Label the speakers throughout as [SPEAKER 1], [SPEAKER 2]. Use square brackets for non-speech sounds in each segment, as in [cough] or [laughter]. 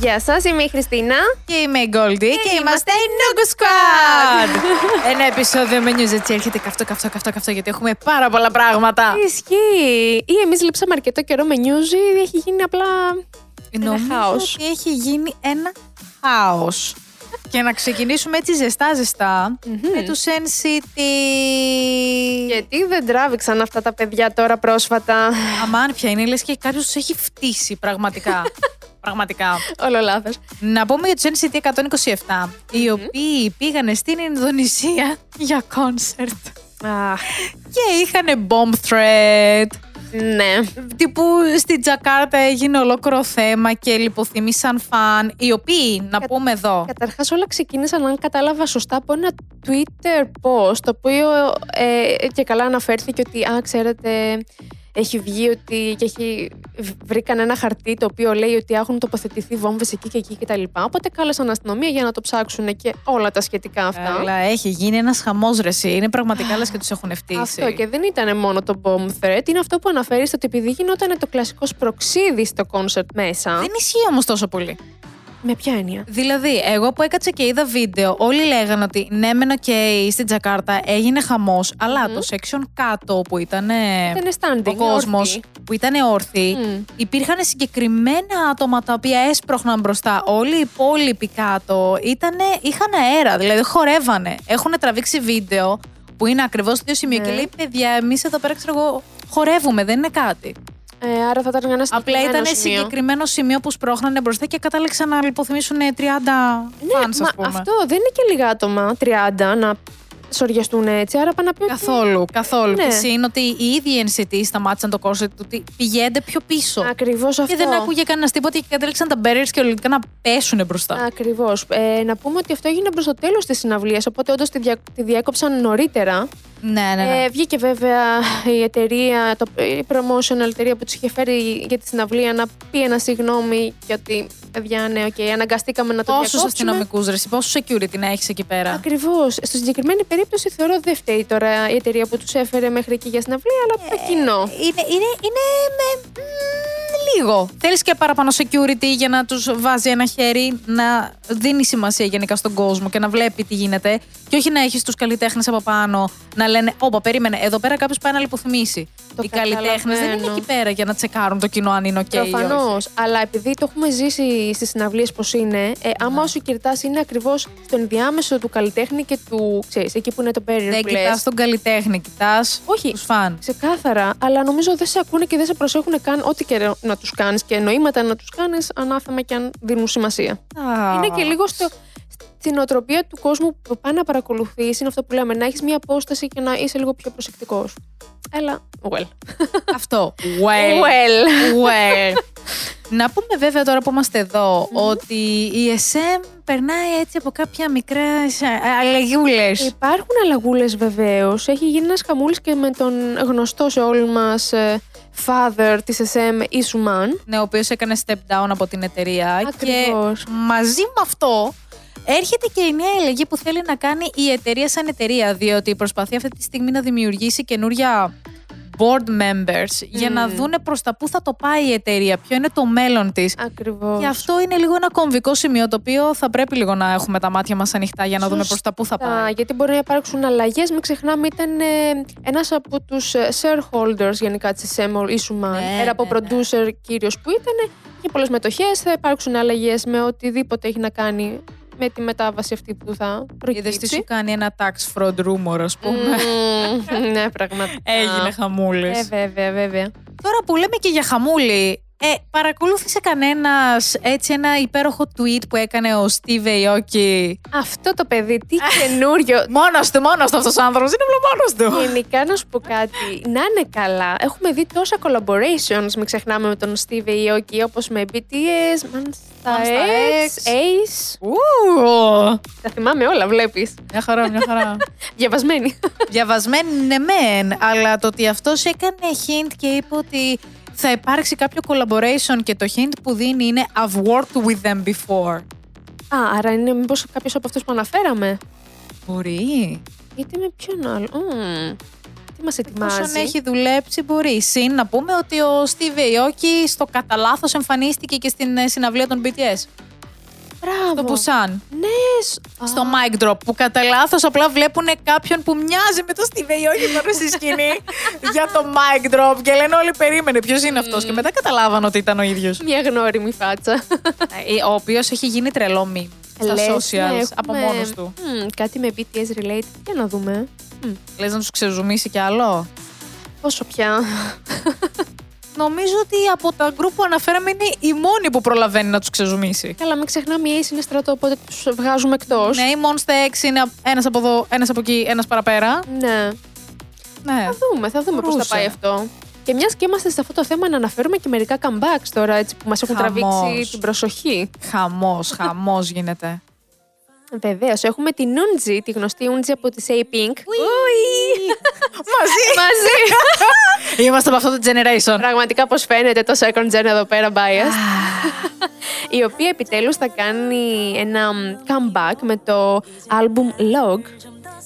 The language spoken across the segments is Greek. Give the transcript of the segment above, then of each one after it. [SPEAKER 1] Γεια σας, είμαι η Χριστίνα.
[SPEAKER 2] Και είμαι η Goldie και, είμαστε η Noogu Squad! Ένα επεισόδιο με news έτσι έρχεται καυτό, καυτό, καυτό, καυτό, γιατί έχουμε πάρα πολλά πράγματα.
[SPEAKER 1] Ισχύει. Ή εμείς λείψαμε αρκετό καιρό με νιούζ ή έχει γίνει απλά.
[SPEAKER 2] Νομίζω
[SPEAKER 1] χάος.
[SPEAKER 2] ότι έχει γίνει ένα χάος. Και να ξεκινήσουμε έτσι ζεστά-ζεστά με τους NCT.
[SPEAKER 1] Γιατί δεν τράβηξαν αυτά τα παιδιά τώρα πρόσφατα.
[SPEAKER 2] Αμάν πια είναι, λες και κάποιος τους έχει φτύσει πραγματικά. πραγματικά.
[SPEAKER 1] Όλο λάθος.
[SPEAKER 2] Να πούμε για τους NCT 127, οι οποίοι πήγανε στην Ινδονησία για κόνσερτ και είχαν bomb threat.
[SPEAKER 1] Ναι.
[SPEAKER 2] Τύπου στην Τζακάρτα έγινε ολόκληρο θέμα και λιποθυμήσαν φαν, οι οποίοι, να πούμε εδώ,
[SPEAKER 1] Καταρχάς, όλα ξεκίνησαν, αν κατάλαβα σωστά, από ένα Twitter post, το οποίο ε, και καλά αναφέρθηκε ότι, α, ξέρετε, έχει βγει ότι και έχει βρήκαν ένα χαρτί το οποίο λέει ότι έχουν τοποθετηθεί βόμβες εκεί και εκεί και τα λοιπά. Οπότε κάλεσαν αστυνομία για να το ψάξουν και όλα τα σχετικά αυτά.
[SPEAKER 2] αλλά έχει γίνει ένας χαμός ρε εσύ. είναι πραγματικά λες και τους έχουν ευτύσει.
[SPEAKER 1] Αυτό και δεν ήταν μόνο το bomb threat, είναι αυτό που αναφέρεις ότι επειδή γινόταν το κλασικό σπροξίδι στο κόνσερτ μέσα.
[SPEAKER 2] Δεν ισχύει όμως τόσο πολύ.
[SPEAKER 1] Με ποια έννοια.
[SPEAKER 2] Δηλαδή, εγώ που έκατσα και είδα βίντεο, όλοι λέγανε ότι ναι, μεν οκ, στην Τζακάρτα έγινε χαμός, αλλά το section κάτω που ήταν.
[SPEAKER 1] Ήταν standing.
[SPEAKER 2] ο κόσμος
[SPEAKER 1] όρθιοι.
[SPEAKER 2] που ήταν όρθιοι,
[SPEAKER 1] Μμ.
[SPEAKER 2] υπήρχαν συγκεκριμένα άτομα τα οποία έσπροχναν μπροστά. Όλοι οι υπόλοιποι κάτω ήτανε, είχαν αέρα, δηλαδή χορεύανε. Έχουν τραβήξει βίντεο που είναι ακριβώς στο ίδιο σημείο
[SPEAKER 1] Ναι.
[SPEAKER 2] και λέει: Παιδιά, εμείς εδώ πέρα ξέρω εγώ χορεύουμε, δεν είναι κάτι.
[SPEAKER 1] Ε, άρα θα ήταν ένας
[SPEAKER 2] Απλά
[SPEAKER 1] συγκεκριμένο
[SPEAKER 2] ήταν
[SPEAKER 1] σημείο.
[SPEAKER 2] συγκεκριμένο σημείο που σπρώχνανε μπροστά και κατάληξαν να λιποθυμήσουν 30 φανς,
[SPEAKER 1] Ναι, Μα
[SPEAKER 2] ας πούμε.
[SPEAKER 1] αυτό δεν είναι και λίγα άτομα, 30, να σοριαστούν έτσι. Άρα πάνε να πει ότι-
[SPEAKER 2] Καθόλου, καθόλου.
[SPEAKER 1] Ναι.
[SPEAKER 2] Και συν ότι οι ίδιοι NCT σταμάτησαν το κόρσετ του ότι πηγαίνετε πιο πίσω.
[SPEAKER 1] Ακριβώς αυτό.
[SPEAKER 2] Και δεν ακούγε κανένας τίποτα και κατέληξαν τα barriers και ολικά να πέσουν μπροστά.
[SPEAKER 1] Ακριβώς. Ε, να πούμε ότι αυτό έγινε προς το τέλος της συναυλίας, οπότε όντως τη, δια... τη διέκοψαν νωρίτερα.
[SPEAKER 2] Ναι, ναι, ναι.
[SPEAKER 1] Ε, βγήκε βέβαια η εταιρεία, το, η promotional εταιρεία που τους είχε φέρει για τη συναυλία να πει ένα συγγνώμη και ότι παιδιά, ναι, οκ, αναγκαστήκαμε να το
[SPEAKER 2] Πόσους
[SPEAKER 1] διακόψουμε.
[SPEAKER 2] αστυνομικούς ρε, εσύ, πόσους security να έχεις εκεί πέρα.
[SPEAKER 1] Ακριβώς. Στη συγκεκριμένη περίπτωση θεωρώ δεν φταίει τώρα η εταιρεία που τους έφερε μέχρι εκεί για συναυλία, αλλά το κοινό.
[SPEAKER 2] Είναι, είναι, είναι με, μ, λίγο. Θέλεις και παραπάνω security για να τους βάζει ένα χέρι, να δίνει σημασία γενικά στον κόσμο και να βλέπει τι γίνεται. Και όχι να έχεις τους καλλιτέχνες από πάνω να λένε: Όπα, περίμενε, εδώ πέρα κάποιος πάει να λιποθυμήσει.
[SPEAKER 1] Το
[SPEAKER 2] Οι καλλιτέχνες δεν είναι
[SPEAKER 1] καταλαβαίνω.
[SPEAKER 2] εκεί πέρα για να τσεκάρουν το κοινό αν είναι OK. ή όχι.
[SPEAKER 1] Προφανώς. Αλλά επειδή το έχουμε ζήσει στις συναυλίες πώς είναι, ε, άμα ο κυρτάς είναι ακριβώς στο ενδιάμεσο του καλλιτέχνη και του. ξέρεις, εκεί που είναι το barrier
[SPEAKER 2] Δεν
[SPEAKER 1] που λες.
[SPEAKER 2] κοιτά τον καλλιτέχνη, κοιτάς
[SPEAKER 1] Όχι.
[SPEAKER 2] τους φαν.
[SPEAKER 1] Ξεκάθαρα, αλλά νομίζω δεν σε ακούνε και δεν σε προσέχουν καν ό,τι και να τους κάνεις και νοήματα να τους κάνεις, ανάθεμα και αν δίνουν σημασία. Είναι και λίγο στο, στην οτροπία του κόσμου που πάει να παρακολουθείς. Είναι αυτό που λέμε, να έχεις μία απόσταση και να είσαι λίγο πιο προσεκτικός. Έλα. Well.
[SPEAKER 2] Αυτό. [laughs]
[SPEAKER 1] Ε.
[SPEAKER 2] Well.
[SPEAKER 1] Well.
[SPEAKER 2] well. Να πούμε βέβαια τώρα που είμαστε εδώ ότι η SM περνάει έτσι από κάποια μικρά αλλαγιούλε.
[SPEAKER 1] Υπάρχουν αλλαγούλες βεβαίως. Έχει γίνει ένας χαμούλης και με τον γνωστό σε όλους μας father της SM, Ισουμάν.
[SPEAKER 2] Ναι, ο οποίος έκανε step down από την εταιρεία.
[SPEAKER 1] Ακριβώς.
[SPEAKER 2] Και μαζί με αυτό έρχεται και η νέα αλλαγή που θέλει να κάνει η εταιρεία σαν εταιρεία. Διότι προσπαθεί αυτή τη στιγμή να δημιουργήσει καινούρια board members για να δούνε προς τα πού θα το πάει η εταιρεία, ποιο είναι το μέλλον της.
[SPEAKER 1] Ακριβώς.
[SPEAKER 2] Και αυτό είναι λίγο ένα κομβικό σημείο το οποίο θα πρέπει λίγο να έχουμε τα μάτια μας ανοιχτά για να δούμε προς τα πού θα πάει.
[SPEAKER 1] Γιατί μπορεί να υπάρξουν αλλαγές. Μην ξεχνάμε, ήταν ε, ένας από τους shareholders γενικά της SM, ο Ισουμάν.
[SPEAKER 2] Ναι,
[SPEAKER 1] Πέρα από
[SPEAKER 2] ναι, ναι.
[SPEAKER 1] producer κύριος που ήταν, είχε πολλές μετοχές. Θα υπάρξουν αλλαγές με οτιδήποτε έχει να κάνει με τη μετάβαση αυτή που θα
[SPEAKER 2] Είδες τι
[SPEAKER 1] προκύψει.
[SPEAKER 2] σου κάνει ένα tax fraud rumor, ας πούμε.
[SPEAKER 1] Μμμ, ναι, πραγματικά.
[SPEAKER 2] [laughs] Έγινε χαμούλης.
[SPEAKER 1] Ε, βέβαια, βέβαια.
[SPEAKER 2] Τώρα που λέμε και για χαμούλη, ε, παρακολούθησε κανένας έτσι ένα υπέροχο tweet που έκανε ο Steve Aoki.
[SPEAKER 1] Αυτό το παιδί, τι καινούριο.
[SPEAKER 2] Μόνος του, μόνος του αυτός ο άνθρωπος. Είναι απλά μόνος του.
[SPEAKER 1] Γενικά να σου πω κάτι, να είναι καλά. Έχουμε δει τόσα collaborations, μην ξεχνάμε με τον Steve Aoki, όπως με BTS, Monsta
[SPEAKER 2] Monsta
[SPEAKER 1] X,
[SPEAKER 2] X.
[SPEAKER 1] Ace.
[SPEAKER 2] Ου,
[SPEAKER 1] Τα θυμάμαι όλα, βλέπεις.
[SPEAKER 2] Μια χαρά, μια χαρά.
[SPEAKER 1] Διαβασμένη.
[SPEAKER 2] Διαβασμένη ναι μεν, αλλά το ότι αυτός έκανε hint και είπε ότι θα υπάρξει κάποιο collaboration και το hint που δίνει είναι I've worked with them before.
[SPEAKER 1] Α, άρα είναι μήπως κάποιος από αυτούς που αναφέραμε.
[SPEAKER 2] Μπορεί.
[SPEAKER 1] Γιατί με ποιον άλλο. Μμμ. Τι μας
[SPEAKER 2] Όσον
[SPEAKER 1] ετοιμάζει.
[SPEAKER 2] έχει δουλέψει μπορεί. Συν να πούμε ότι ο Steve Aoki στο κατά λάθος εμφανίστηκε και στην ε, συναυλία των BTS.
[SPEAKER 1] Μπράβο.
[SPEAKER 2] Το Πουσάν.
[SPEAKER 1] Ναι, σ-
[SPEAKER 2] Στο mic drop που κατά λάθος απλά βλέπουν κάποιον που μοιάζει με το Στίβε ή όχι μόνο στη σκηνή για το mic drop και λένε όλοι περίμενε ποιος είναι αυτός. Και μετά καταλάβαν ότι ήταν ο ίδιος.
[SPEAKER 1] Μια γνώριμη φάτσα.
[SPEAKER 2] Ε, ο οποίος έχει γίνει τρελό μη στα
[SPEAKER 1] Λες, ναι,
[SPEAKER 2] socials
[SPEAKER 1] έχουμε-
[SPEAKER 2] από μόνος του.
[SPEAKER 1] Μμμ, κάτι με BTS related. Για να δούμε. Μμμ,
[SPEAKER 2] Λες να τους ξεζουμίσει κι άλλο.
[SPEAKER 1] Πόσο πια.
[SPEAKER 2] Νομίζω ότι από τα γκρουπ που αναφέραμε είναι η μόνη που προλαβαίνει να τους ξεζουμίσει.
[SPEAKER 1] Καλά, μην ξεχνάμε, η Ace είναι στρατό, οπότε τους βγάζουμε εκτός.
[SPEAKER 2] Ναι, η Monster X είναι ένας από εδώ, ένας από εκεί, ένας παραπέρα.
[SPEAKER 1] ναι.
[SPEAKER 2] Ναι.
[SPEAKER 1] Θα δούμε, θα δούμε πώς θα
[SPEAKER 2] Μπορούσε.
[SPEAKER 1] πάει αυτό. Και μιας και είμαστε σε αυτό το θέμα, να αναφέρουμε και μερικά comebacks τώρα έτσι, που μας έχουν
[SPEAKER 2] Χαμός.
[SPEAKER 1] τραβήξει την προσοχή.
[SPEAKER 2] Χαμός, χαμός γίνεται.
[SPEAKER 1] Βεβαίως, έχουμε την Ούντζη, τη γνωστή Ούντζη από τη Say Pink.
[SPEAKER 2] Μαζί!
[SPEAKER 1] Μαζί!
[SPEAKER 2] [laughs] Είμαστε από αυτό το generation.
[SPEAKER 1] Πραγματικά, πώς φαίνεται το second gen εδώ πέρα, bias. η οποία επιτέλους θα κάνει ένα μ, comeback με το album Log.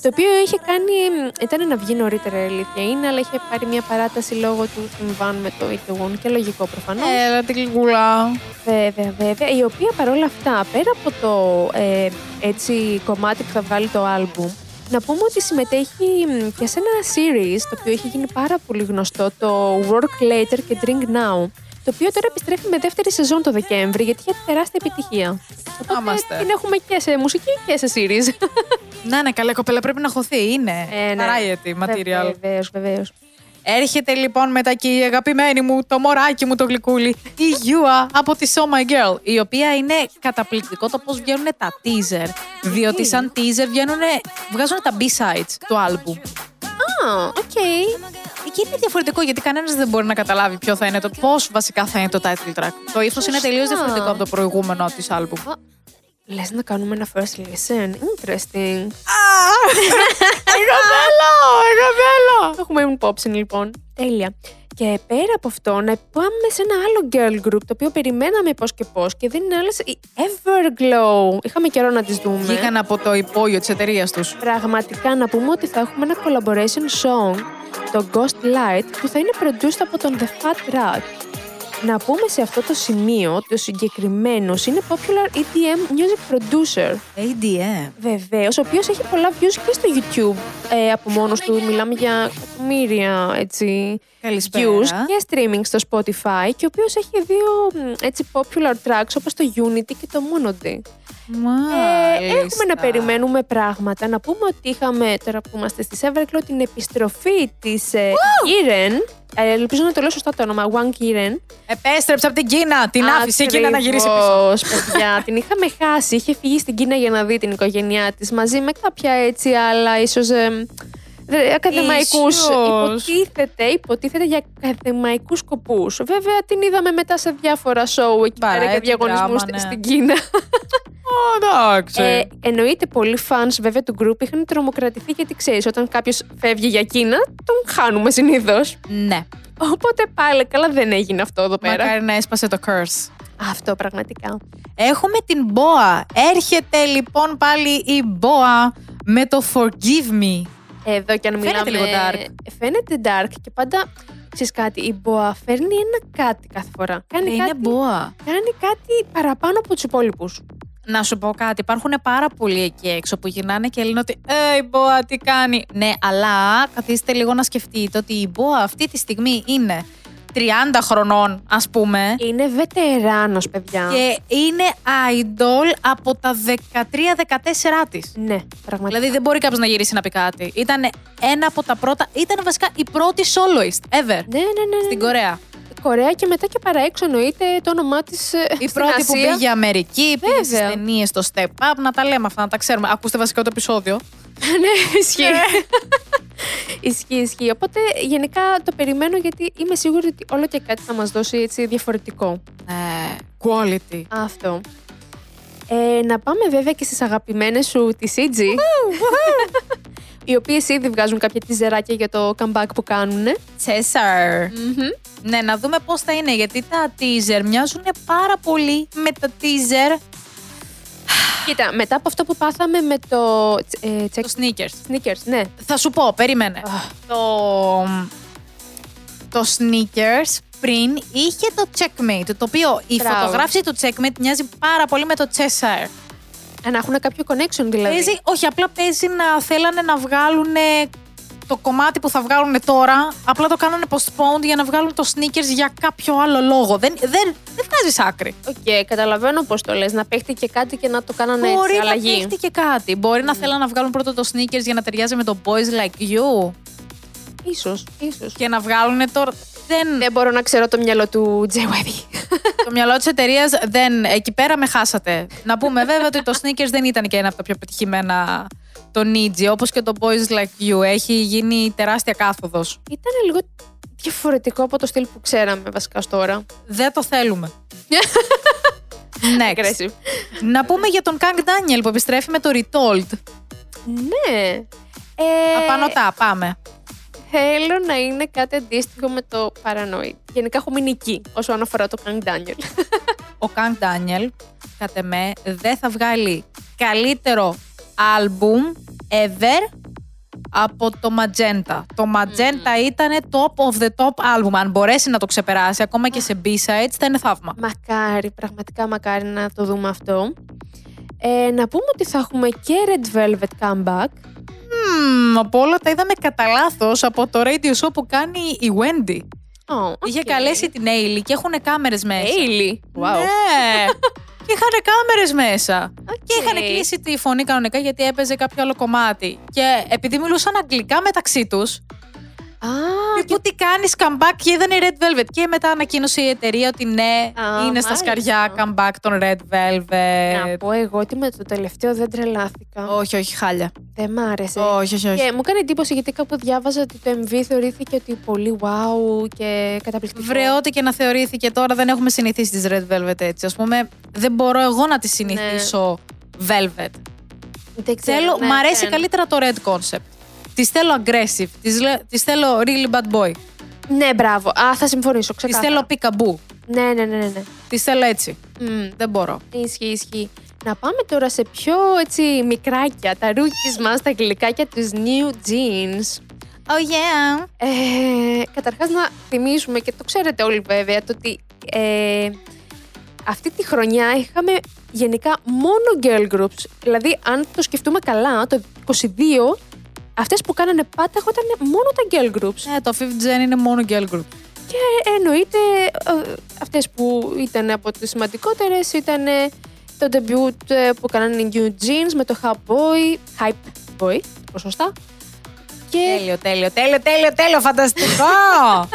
[SPEAKER 1] Το οποίο είχε κάνει. μ, ήταν να βγει νωρίτερα, η αλήθεια είναι, αλλά είχε πάρει μια παράταση λόγω του συμβάν με το Itaewon και λογικό προφανώς.
[SPEAKER 2] Έλα Ε, την κλικούλα.
[SPEAKER 1] Βέβαια, βέβαια. Η οποία παρόλα αυτά, πέρα από το ε, έτσι, κομμάτι που θα βγάλει το άλμπουμ, να πούμε ότι συμμετέχει μ, και σε ένα series το οποίο έχει γίνει πάρα πολύ γνωστό, το Work Later και Drink Now, το οποίο τώρα επιστρέφει με δεύτερη σεζόν το Δεκέμβρη, γιατί είχε τεράστια επιτυχία. Οπότε
[SPEAKER 2] Άμαστε.
[SPEAKER 1] την έχουμε και σε μουσική και σε series.
[SPEAKER 2] Να, ναι, καλά κοπέλα, πρέπει να χωθεί. Είναι.
[SPEAKER 1] Ε, ναι.
[SPEAKER 2] Variety material.
[SPEAKER 1] Βεβαίως, βεβαίως.
[SPEAKER 2] Έρχεται λοιπόν μετά και η αγαπημένη μου, το μωράκι μου, το γλυκούλι, η Γιούα από τη So My Girl, η οποία είναι καταπληκτικό το πώς βγαίνουν τα teaser. Διότι σαν teaser βγαίνουν, βγάζουν τα B-sides του άλμπου.
[SPEAKER 1] Α, οκ.
[SPEAKER 2] Εκεί είναι διαφορετικό γιατί κανένας δεν μπορεί να καταλάβει ποιο θα είναι το πώς βασικά θα είναι το title track. Το ύφο είναι τελείως διαφορετικό από το προηγούμενο της άλμπου.
[SPEAKER 1] Λες να κάνουμε ένα first listen. Interesting.
[SPEAKER 2] Εγώ θέλω! Εγώ θέλω!
[SPEAKER 1] Το έχουμε ήμουν υπόψη λοιπόν. Τέλεια. Και πέρα από αυτό, να πάμε σε ένα άλλο girl group το οποίο περιμέναμε πώς και πώς και δεν είναι άλλες. Η Everglow. Είχαμε καιρό να τις δούμε.
[SPEAKER 2] [laughs] Βγήκαν από το υπόγειο της εταιρείας τους.
[SPEAKER 1] Πραγματικά να πούμε ότι θα έχουμε ένα collaboration song, το Ghost Light, που θα είναι produced από τον The Fat Rat. Να πούμε σε αυτό το σημείο το συγκεκριμένο είναι popular EDM music producer.
[SPEAKER 2] ADM.
[SPEAKER 1] Βεβαίως, ο οποίος έχει πολλά views και στο YouTube ε, από μόνος του. Μιλάμε για εκατομμύρια έτσι.
[SPEAKER 2] Καλησπέρα.
[SPEAKER 1] views και streaming στο Spotify και ο οποίος έχει δύο μ, έτσι popular tracks όπως το Unity και το Monody. Ε, έχουμε να περιμένουμε πράγματα. Να πούμε ότι είχαμε τώρα που είμαστε στη Everglow την επιστροφή της ε, Kiren. Ε, ελπίζω να το λέω σωστά το όνομα, Wang Kiren.
[SPEAKER 2] Επέστρεψε από την Κίνα. Την άφησε η Κίνα να γυρίσει πίσω.
[SPEAKER 1] Ακριβώς, παιδιά. την είχαμε χάσει. Είχε φύγει στην Κίνα για να δει την οικογένειά της μαζί με κάποια έτσι άλλα, ίσως. Ακαδημαϊκού.
[SPEAKER 2] Ίσως.
[SPEAKER 1] Υποτίθεται, υποτίθεται για ακαδημαϊκούς σκοπούς. Βέβαια, την είδαμε μετά σε διάφορα σοου εκεί πέρα
[SPEAKER 2] Μπαρά,
[SPEAKER 1] για
[SPEAKER 2] έτσι
[SPEAKER 1] διαγωνισμούς
[SPEAKER 2] δράμα, ναι.
[SPEAKER 1] στην Κίνα. Ε,
[SPEAKER 2] Εντάξει.
[SPEAKER 1] εννοείται, πολλοί fans βέβαια του group είχαν τρομοκρατηθεί γιατί ξέρεις, όταν κάποιος φεύγει για Κίνα, τον χάνουμε συνήθως.
[SPEAKER 2] Ναι.
[SPEAKER 1] Οπότε πάλι καλά δεν έγινε αυτό εδώ πέρα.
[SPEAKER 2] Μακάρι να έσπασε το curse.
[SPEAKER 1] Αυτό πραγματικά.
[SPEAKER 2] Έχουμε την Μπόα. Έρχεται λοιπόν πάλι η Μπόα με το Forgive Me.
[SPEAKER 1] Εδώ και αν μιλάμε...
[SPEAKER 2] Φαίνεται λίγο dark.
[SPEAKER 1] Φαίνεται dark και πάντα, ξέρεις κάτι, η Μποα φέρνει ένα κάτι κάθε φορά. Κάνει,
[SPEAKER 2] Είναι
[SPEAKER 1] κάτι,
[SPEAKER 2] Μπόα.
[SPEAKER 1] κάνει κάτι παραπάνω από τους υπόλοιπους.
[SPEAKER 2] Να σου πω κάτι. Υπάρχουν πάρα πολλοί εκεί έξω που γυρνάνε και λένε ότι Ε, η Μπόα τι κάνει. Ναι, αλλά καθίστε λίγο να σκεφτείτε ότι η Μπόα αυτή τη στιγμή είναι 30 χρονών, ας πούμε.
[SPEAKER 1] Είναι βετεράνος, παιδιά.
[SPEAKER 2] Και είναι idol από τα 13-14 της.
[SPEAKER 1] Ναι, πραγματικά.
[SPEAKER 2] Δηλαδή δεν μπορεί κάποιος να γυρίσει να πει κάτι. Ήταν ένα από τα πρώτα. Ήταν βασικά η πρώτη soloist ever
[SPEAKER 1] Ναι, ναι, ναι. ναι.
[SPEAKER 2] Δηλαδή, στην Κορέα.
[SPEAKER 1] Κορέα και μετά και παρά έξω εννοείται το όνομά ε, τη.
[SPEAKER 2] Η πρώτη που πήγε Αμερική, πήγε στι
[SPEAKER 1] Βέβαια.
[SPEAKER 2] ταινίε στο Step Up. Να τα λέμε αυτά, να τα ξέρουμε. Ακούστε βασικά το επεισόδιο.
[SPEAKER 1] [laughs] ναι, ισχύει. [laughs] ισχύει, ισχύει. Οπότε γενικά το περιμένω γιατί είμαι σίγουρη ότι όλο και κάτι θα μας δώσει έτσι διαφορετικό.
[SPEAKER 2] Ναι. Quality.
[SPEAKER 1] Αυτό. Ε, να πάμε βέβαια και στις αγαπημένες σου τη CG. [laughs] οι οποίες ήδη βγάζουν κάποια τιζεράκια για το comeback που κάνουν.
[SPEAKER 2] Cesar. Ναι, να δούμε πώς θα είναι. Γιατί τα teaser μοιάζουν πάρα πολύ με τα teaser.
[SPEAKER 1] Κοίτα, μετά από αυτό που πάθαμε με το ε, check
[SPEAKER 2] Το sneakers.
[SPEAKER 1] sneakers, ναι.
[SPEAKER 2] Θα σου πω, περίμενε.
[SPEAKER 1] Αχ.
[SPEAKER 2] το, το sneakers πριν είχε το checkmate, το οποίο η
[SPEAKER 1] Μπράβο.
[SPEAKER 2] φωτογράφηση του checkmate μοιάζει πάρα πολύ με το Cheshire.
[SPEAKER 1] Αν έχουν Ε, κάποιο connection δηλαδή.
[SPEAKER 2] Παίζει, όχι, απλά παίζει να θέλανε να βγάλουν το κομμάτι που θα βγάλουν τώρα, απλά το κάνανε postponed για να βγάλουν το sneakers για κάποιο άλλο λόγο. Δεν, δεν, δεν βγάζεις άκρη.
[SPEAKER 1] Οκ, καταλαβαίνω πώς το λες. Να παίχτηκε και κάτι και να το κάνανε
[SPEAKER 2] Μπορεί
[SPEAKER 1] Ναι, έτσι,
[SPEAKER 2] να
[SPEAKER 1] αλλαγή. Ναι.
[SPEAKER 2] παίχτηκε και κάτι. Μπορεί να θέλανε να βγάλουν πρώτα το sneakers για να ταιριάζει με το boys like you
[SPEAKER 1] Ίσως, ίσως.
[SPEAKER 2] και να βγάλουν τώρα. Δεν,
[SPEAKER 1] Δεν μπορώ να ξέρω το μυαλό του Τζέι Webby.
[SPEAKER 2] το μυαλό της εταιρείας δεν. Εκεί πέρα με χάσατε. να πούμε βέβαια ότι το sneakers δεν ήταν και ένα από τα πιο πετυχημένα το Niji, όπως και το Boys Like You. Έχει γίνει τεράστια κάθοδος.
[SPEAKER 1] Ήταν λίγο διαφορετικό από το στυλ που ξέραμε βασικά ως τώρα.
[SPEAKER 2] Δεν το
[SPEAKER 1] [laughs]
[SPEAKER 2] θέλουμε. Next.
[SPEAKER 1] Aggressive.
[SPEAKER 2] Να πούμε για τον Kang Daniel που επιστρέφει με το Retold.
[SPEAKER 1] ναι. Ε,
[SPEAKER 2] Απανωτά, πάμε.
[SPEAKER 1] Θέλω να είναι κάτι αντίστοιχο με το Paranoid. Γενικά έχω μείνει εκεί όσον αφορά το Kang Daniel.
[SPEAKER 2] Ο Kang Daniel, κατ' εμέ, δεν θα βγάλει καλύτερο άλμπουμ ever από το Magenta. Το Magenta
[SPEAKER 1] Mm.
[SPEAKER 2] ήταν top of the top album. Αν μπορέσει να το ξεπεράσει ακόμα και σε B-sides θα είναι θαύμα.
[SPEAKER 1] Mm. μακάρι, πραγματικά μακάρι να το δούμε αυτό. Ε, να πούμε ότι θα έχουμε και Red Velvet Comeback.
[SPEAKER 2] Μμμ, από όλα τα είδαμε κατά λάθος από το radio show που κάνει η Wendy.
[SPEAKER 1] Oh,
[SPEAKER 2] Είχε
[SPEAKER 1] οκ.
[SPEAKER 2] καλέσει την Ailey και έχουν κάμερες μέσα.
[SPEAKER 1] Hailey. Wow. [laughs]
[SPEAKER 2] Ναι. και είχαν κάμερες μέσα.
[SPEAKER 1] Οκ.
[SPEAKER 2] Και είχαν κλείσει τη φωνή κανονικά γιατί έπαιζε κάποιο άλλο κομμάτι. Και επειδή μιλούσαν αγγλικά μεταξύ τους,
[SPEAKER 1] Α,
[SPEAKER 2] τύπου τι κάνεις, comeback και είδαν η Red Velvet. Και μετά ανακοίνωσε η εταιρεία ότι ναι,
[SPEAKER 1] Α,
[SPEAKER 2] είναι στα
[SPEAKER 1] μάλιστα.
[SPEAKER 2] σκαριά comeback των Red
[SPEAKER 1] να
[SPEAKER 2] Velvet.
[SPEAKER 1] πω εγώ ότι με το τελευταίο δεν τρελάθηκα.
[SPEAKER 2] όχι, όχι, χάλια.
[SPEAKER 1] Δεν μ' άρεσε.
[SPEAKER 2] Όχι, όχι, όχι.
[SPEAKER 1] Και μου έκανε εντύπωση γιατί κάπου διάβαζα ότι το MV θεωρήθηκε ότι πολύ wow και καταπληκτικό.
[SPEAKER 2] Βρε, ό,τι και να θεωρήθηκε τώρα, δεν έχουμε συνηθίσει τις Red Velvet έτσι. Ας πούμε, δεν μπορώ εγώ να τη
[SPEAKER 1] Ναι.
[SPEAKER 2] συνηθίσω Velvet.
[SPEAKER 1] Δεν ξέρω,
[SPEAKER 2] Θέλω,
[SPEAKER 1] ναι,
[SPEAKER 2] μ' αρέσει
[SPEAKER 1] δεν.
[SPEAKER 2] καλύτερα το red concept. Τη θέλω aggressive. Τη θέλω really bad boy.
[SPEAKER 1] Ναι, μπράβο. Α, θα συμφωνήσω.
[SPEAKER 2] Της
[SPEAKER 1] Ξεκάθαρα.
[SPEAKER 2] θέλω peekaboo.
[SPEAKER 1] Ναι, ναι, ναι, ναι. ναι.
[SPEAKER 2] Της θέλω έτσι.
[SPEAKER 1] Μμ,
[SPEAKER 2] Δεν μπορώ.
[SPEAKER 1] Ισχύει, ισχύει. Να πάμε τώρα σε πιο έτσι μικράκια, τα ρούκις μας, τα γλυκάκια τους New Jeans.
[SPEAKER 2] Oh yeah.
[SPEAKER 1] Ε, καταρχάς να θυμίσουμε και το ξέρετε όλοι βέβαια το ότι ε, αυτή τη χρονιά είχαμε γενικά μόνο girl groups. Δηλαδή αν το σκεφτούμε καλά το 22 αυτές που κάνανε πάταχο ήταν μόνο τα girl groups.
[SPEAKER 2] Ναι, το fifth gen είναι μόνο girl group.
[SPEAKER 1] Ε, εννοείται ε, αυτές που ήταν από τις σημαντικότερες ήταν ε, το debut ε, που κάνανε οι New Jeans με το Hype Boy, Hype Boy, σωστά. Και
[SPEAKER 2] Τέλειο, τέλειο, τέλειο, τέλειο, τέλειο. Φανταστικό. [laughs]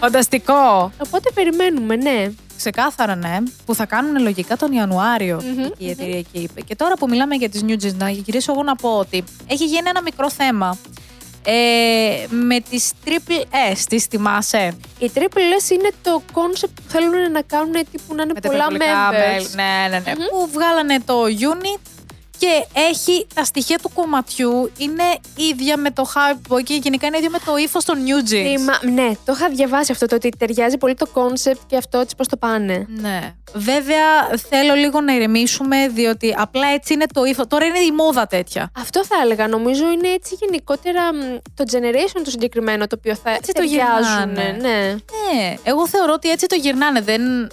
[SPEAKER 2] Φανταστικό.
[SPEAKER 1] οπότε περιμένουμε, ναι.
[SPEAKER 2] Ξεκάθαρα ναι, που θα κάνουν λογικά τον ιανουαριο
[SPEAKER 1] Μμμ,
[SPEAKER 2] η εταιρεία εκεί είπε. Και τώρα που μιλάμε για τις New Jeans, να γυρίσω εγώ να πω ότι έχει γίνει ένα μικρό θέμα. Ε, με τις Triple S, τις θυμάσαι.
[SPEAKER 1] Οι Triple S είναι το concept που θέλουν να κάνουν τύπου να είναι
[SPEAKER 2] με τα
[SPEAKER 1] πολλά
[SPEAKER 2] υπερβολικά
[SPEAKER 1] members.
[SPEAKER 2] μέλη. Ναι, ναι, ναι. Που βγάλανε το unit και έχει τα στοιχεία του κομματιού είναι ίδια με το hype boy και γενικά είναι ίδια με το ύφος των New Jeans.
[SPEAKER 1] Θυμα- ναι, το είχα διαβάσει αυτό το ότι ταιριάζει πολύ το concept και αυτό έτσι πώς το πάνε.
[SPEAKER 2] Ναι. Βέβαια, θέλω λίγο να ηρεμήσουμε, διότι απλά έτσι είναι το ύφος. Τώρα είναι η μόδα τέτοια.
[SPEAKER 1] Αυτό θα έλεγα. Νομίζω είναι έτσι γενικότερα μ, το generation το συγκεκριμένο το οποίο θα
[SPEAKER 2] Έτσι το
[SPEAKER 1] ταιριάζουν,
[SPEAKER 2] γυρνάνε.
[SPEAKER 1] Ναι.
[SPEAKER 2] Ναι, εγώ θεωρώ ότι έτσι το γυρνάνε. Δεν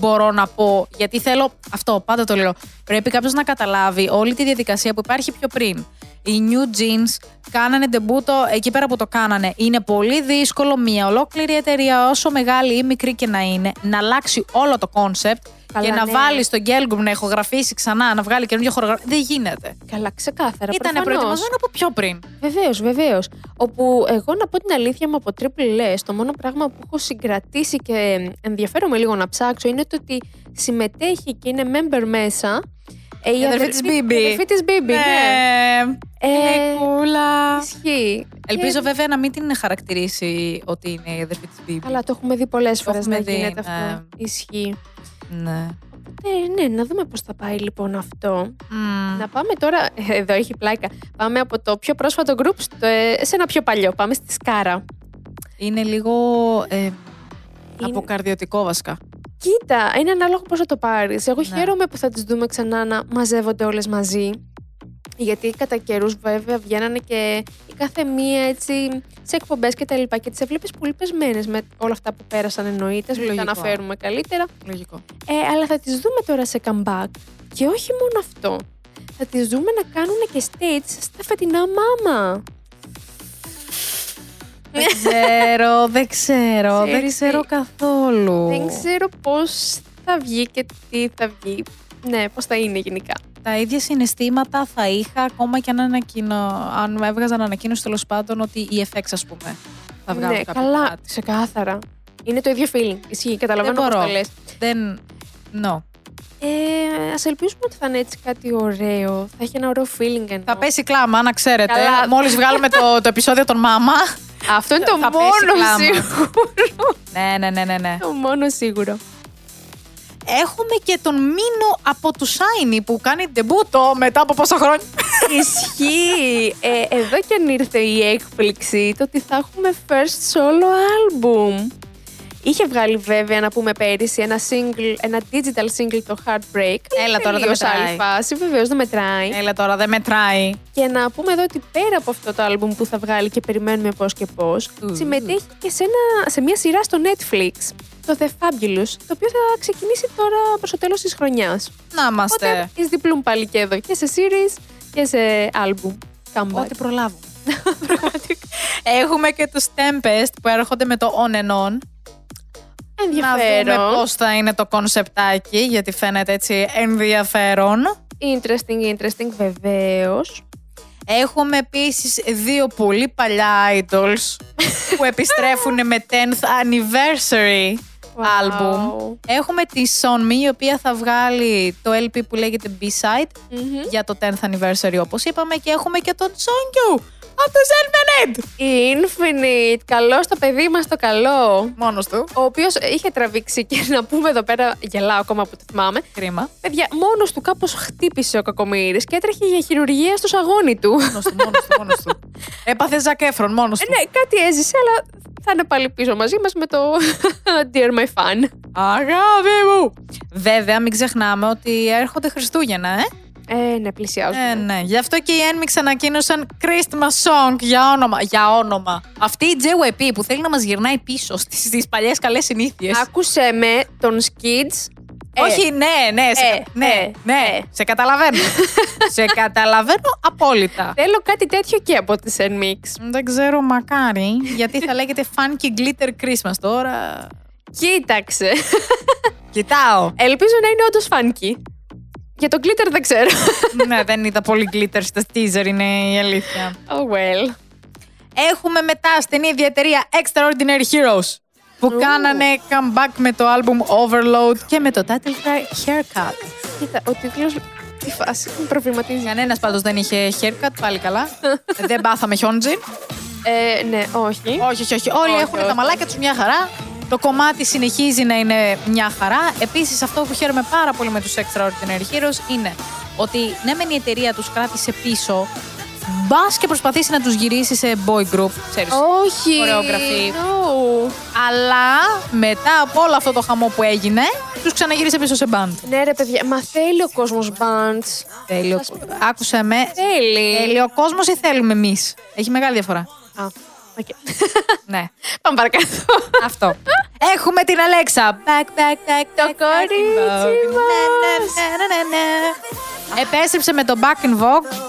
[SPEAKER 2] μπορώ να πω. Γιατί θέλω. Αυτό πάντα το λέω. Πρέπει κάποιος να καταλάβει όλη τη διαδικασία που υπάρχει πιο πριν. Οι New Jeans κάνανε ντεμπούτο εκεί πέρα που το κάνανε. Είναι πολύ δύσκολο μια ολόκληρη εταιρεία, όσο μεγάλη ή μικρή και να είναι, να αλλάξει όλο το κόνσεπτ
[SPEAKER 1] Καλά,
[SPEAKER 2] και να
[SPEAKER 1] ναι.
[SPEAKER 2] βάλει στο girl group να ηχογραφήσει ξανά, να βγάλει καινούργια χορογραφία. Δεν γίνεται.
[SPEAKER 1] Καλά, ξεκάθαρα.
[SPEAKER 2] Ήταν προετοιμασμένο από πιο πριν.
[SPEAKER 1] Βεβαίως, βεβαίως. Όπου εγώ να πω την αλήθεια μου από Triple S, το μόνο πράγμα που έχω συγκρατήσει και ενδιαφέρομαι λίγο να ψάξω είναι το ότι συμμετέχει και είναι member μέσα. ε,
[SPEAKER 2] Η αδερφή της Bibi.
[SPEAKER 1] Η αδερφή της Μπίμπι, ναι. Ε,
[SPEAKER 2] κούλα.
[SPEAKER 1] Ισχύει. Ε,
[SPEAKER 2] Ελπίζω
[SPEAKER 1] Και-
[SPEAKER 2] βέβαια να μην την χαρακτηρίσει ότι είναι η αδερφή της Μπίμπη.
[SPEAKER 1] Καλά, το έχουμε δει πολλές φορές
[SPEAKER 2] έχουμε
[SPEAKER 1] να
[SPEAKER 2] δει,
[SPEAKER 1] γίνεται
[SPEAKER 2] ναι.
[SPEAKER 1] αυτό. Ισχύει.
[SPEAKER 2] Ναι.
[SPEAKER 1] Ε, ναι, να δούμε πώς θα πάει λοιπόν αυτό.
[SPEAKER 2] Μμμ.
[SPEAKER 1] Να πάμε τώρα. [laughs] Εδώ έχει πλάκα. Πάμε από το πιο πρόσφατο group στο- ε, σε ένα πιο παλιό. Πάμε στη Σκάρα.
[SPEAKER 2] Είναι λίγο ε, αποκαρδιωτικό βασικά.
[SPEAKER 1] Κοίτα, είναι ανάλογο πώς θα το πάρεις. Εγώ
[SPEAKER 2] Ναι.
[SPEAKER 1] χαίρομαι που θα τις δούμε ξανά να μαζεύονται όλες μαζί. Γιατί κατά καιρούς βέβαια βγαίνανε και η κάθε μία έτσι σε εκπομπές και τα λοιπά. Και τις έβλεπες πολύ πεσμένες με όλα αυτά που πέρασαν εννοείται. Μην τα
[SPEAKER 2] Λογικό.
[SPEAKER 1] αναφέρουμε καλύτερα.
[SPEAKER 2] Λογικό.
[SPEAKER 1] Ε, αλλά θα τις δούμε τώρα σε comeback. Και όχι μόνο αυτό. Θα τις δούμε να κάνουν και stage στα φετινά μάμα.
[SPEAKER 2] Δεν ξέρω, δεν ξέρω, δεν
[SPEAKER 1] Ξέρεις
[SPEAKER 2] ξέρω
[SPEAKER 1] τι-
[SPEAKER 2] καθόλου.
[SPEAKER 1] Δεν ξέρω πώς θα βγει και τι θα βγει. Ναι, πώς θα είναι γενικά.
[SPEAKER 2] Τα ίδια συναισθήματα θα είχα ακόμα και αν, ανακοινω... αν έβγαζαν ανακοίνωση τέλος πάντων ότι η FX, ας πούμε, θα βγάλουν
[SPEAKER 1] ναι,
[SPEAKER 2] κάποιο
[SPEAKER 1] καλά,
[SPEAKER 2] κομμάτι.
[SPEAKER 1] ξεκάθαρα. Είναι το ίδιο feeling. Ισχύει, καταλαβαίνω
[SPEAKER 2] Δεν
[SPEAKER 1] πώς
[SPEAKER 2] μπορώ.
[SPEAKER 1] το λες.
[SPEAKER 2] Δεν. No.
[SPEAKER 1] Ε, ας ελπίσουμε ότι θα είναι έτσι κάτι ωραίο. Θα έχει ένα ωραίο feeling εννοώ.
[SPEAKER 2] Θα πέσει κλάμα, να ξέρετε.
[SPEAKER 1] Καλά.
[SPEAKER 2] Μόλις βγάλουμε το, το επεισόδιο των
[SPEAKER 1] [laughs]
[SPEAKER 2] μάμα.
[SPEAKER 1] Αυτό είναι το
[SPEAKER 2] θα πέσει
[SPEAKER 1] μόνο
[SPEAKER 2] κλάμα.
[SPEAKER 1] σίγουρο.
[SPEAKER 2] ναι, ναι, ναι, ναι, ναι.
[SPEAKER 1] το μόνο σίγουρο.
[SPEAKER 2] Έχουμε και τον Μίνο από του Σάινι που κάνει ντεμπούτο μετά από πόσα χρόνια.
[SPEAKER 1] Ισχύει. Ε, εδώ κι αν ήρθε η έκπληξη, το ότι θα έχουμε first solo album. Είχε βγάλει βέβαια, να πούμε πέρυσι, ένα, single, ένα digital single το Heartbreak.
[SPEAKER 2] Έλα τώρα, δεν
[SPEAKER 1] Τελείως
[SPEAKER 2] μετράει.
[SPEAKER 1] άλλη φάση, βεβαίως δεν μετράει.
[SPEAKER 2] Έλα τώρα, δεν μετράει.
[SPEAKER 1] Και να πούμε εδώ ότι πέρα από αυτό το album που θα βγάλει και περιμένουμε πώς και πώς,
[SPEAKER 2] Ου.
[SPEAKER 1] συμμετέχει και σε, ένα, σε μια σειρά στο Netflix, το The Fabulous, το οποίο θα ξεκινήσει τώρα προς το τέλος της χρονιάς.
[SPEAKER 2] Να είμαστε.
[SPEAKER 1] Οπότε, εις διπλούν πάλι και εδώ, και σε series και σε album. Comeback.
[SPEAKER 2] Ό,τι [laughs] προλάβουμε. Έχουμε και τους Tempest που έρχονται με το on and on. Να δούμε
[SPEAKER 1] Ενδιαφέρον.
[SPEAKER 2] πώς θα είναι το κονσεπτάκι, γιατί φαίνεται έτσι ενδιαφέρον.
[SPEAKER 1] Interesting, interesting, βεβαίως.
[SPEAKER 2] Έχουμε επίσης δύο πολύ παλιά [laughs] idols που επιστρέφουν με 10th anniversary album. Έχουμε τη Sonmi, η οποία θα βγάλει το LP που λέγεται B-Side για το 10th anniversary όπως είπαμε και έχουμε και τον Songyu από το Zelmenet.
[SPEAKER 1] Infinite, καλό στο παιδί μας το καλό.
[SPEAKER 2] Μόνος του.
[SPEAKER 1] Ο οποίος είχε τραβήξει και να πούμε εδώ πέρα, γελάω ακόμα που το θυμάμαι.
[SPEAKER 2] Κρίμα.
[SPEAKER 1] Παιδιά, μόνος του κάπως χτύπησε ο κακομοίρης και έτρεχε για χειρουργία στο σαγόνι του.
[SPEAKER 2] Μόνος του, μόνος του, μόνος του.
[SPEAKER 1] [laughs]
[SPEAKER 2] Έπαθε ζακέφρον μόνος του.
[SPEAKER 1] ναι, κάτι έζησε, αλλά θα είναι πάλι πίσω μαζί μας με το [laughs] Dear My Fan.
[SPEAKER 2] Αγάπη μου! Βέβαια, μην ξεχνάμε ότι έρχονται Χριστούγεννα, ε.
[SPEAKER 1] Ε, ναι, πλησιάζουμε.
[SPEAKER 2] Ε, ναι. Γι' αυτό και οι Ένμιξ ανακοίνωσαν Christmas song για όνομα. Για όνομα. Αυτή η JYP που θέλει να μας γυρνάει πίσω στις, στις παλιές καλές συνήθειες.
[SPEAKER 1] Άκουσε με τον Skids. Ε,
[SPEAKER 2] Όχι, ναι, ναι, σε,
[SPEAKER 1] Ε,
[SPEAKER 2] ναι,
[SPEAKER 1] ε,
[SPEAKER 2] ναι,
[SPEAKER 1] ε.
[SPEAKER 2] σε
[SPEAKER 1] [laughs]
[SPEAKER 2] καταλαβαίνω. σε καταλαβαίνω απόλυτα.
[SPEAKER 1] Θέλω κάτι τέτοιο και από τη Enmix.
[SPEAKER 2] Δεν ξέρω, μακάρι, γιατί θα λέγεται Funky Glitter Christmas τώρα.
[SPEAKER 1] Κοίταξε. [laughs]
[SPEAKER 2] Κοιτάω.
[SPEAKER 1] Ελπίζω να είναι όντως φάνκι. Για το glitter δεν ξέρω. [laughs]
[SPEAKER 2] ναι, δεν είδα πολύ glitter στα teaser, είναι η αλήθεια.
[SPEAKER 1] Oh well.
[SPEAKER 2] Έχουμε μετά στην ίδια εταιρεία Extraordinary Heroes που
[SPEAKER 1] Ου.
[SPEAKER 2] κάνανε comeback με το album Overload και με το title track Haircut.
[SPEAKER 1] Κοίτα, ο τίτλος... Τι φάση, με προβληματίζει.
[SPEAKER 2] Κανένας πάντως δεν είχε haircut, πάλι καλά. δεν πάθαμε Χιόντζιν.
[SPEAKER 1] Ε, ναι, όχι.
[SPEAKER 2] όχι, όχι, όχι. Όλοι
[SPEAKER 1] Όχι,
[SPEAKER 2] έχουν
[SPEAKER 1] όχι.
[SPEAKER 2] τα μαλάκια τους μια χαρά. Το κομμάτι συνεχίζει να είναι μια χαρά. Επίσης, αυτό που χαίρομαι πάρα πολύ με τους Extraordinary Heroes είναι ότι ναι, μεν η εταιρεία τους κράτησε πίσω. Μπας και προσπαθήσει να τους γυρίσει σε boy group. Ξέρεις,
[SPEAKER 1] Όχι.
[SPEAKER 2] Χορεόγραφη.
[SPEAKER 1] No.
[SPEAKER 2] Αλλά μετά από όλο αυτό το χαμό που έγινε, τους ξαναγύρισε πίσω σε μπαντ.
[SPEAKER 1] Ναι ρε παιδιά, μα θέλει ο κόσμος bands.
[SPEAKER 2] Τέλειο. Άκουσε με.
[SPEAKER 1] Θέλει.
[SPEAKER 2] Θέλει ο κόσμος ή θέλουμε εμείς. Έχει μεγάλη διαφορά.
[SPEAKER 1] Α, οκ.
[SPEAKER 2] ναι.
[SPEAKER 1] [laughs] Πάμε παρακάτω.
[SPEAKER 2] Αυτό. Έχουμε την Αλέξα. Back, back, back.
[SPEAKER 1] Το
[SPEAKER 2] back, back in
[SPEAKER 1] κορίτσι
[SPEAKER 2] Vogue.
[SPEAKER 1] μας.
[SPEAKER 2] Ναι, ναι, ναι, ναι, ναι. Επέστρεψε με το Back in Vogue.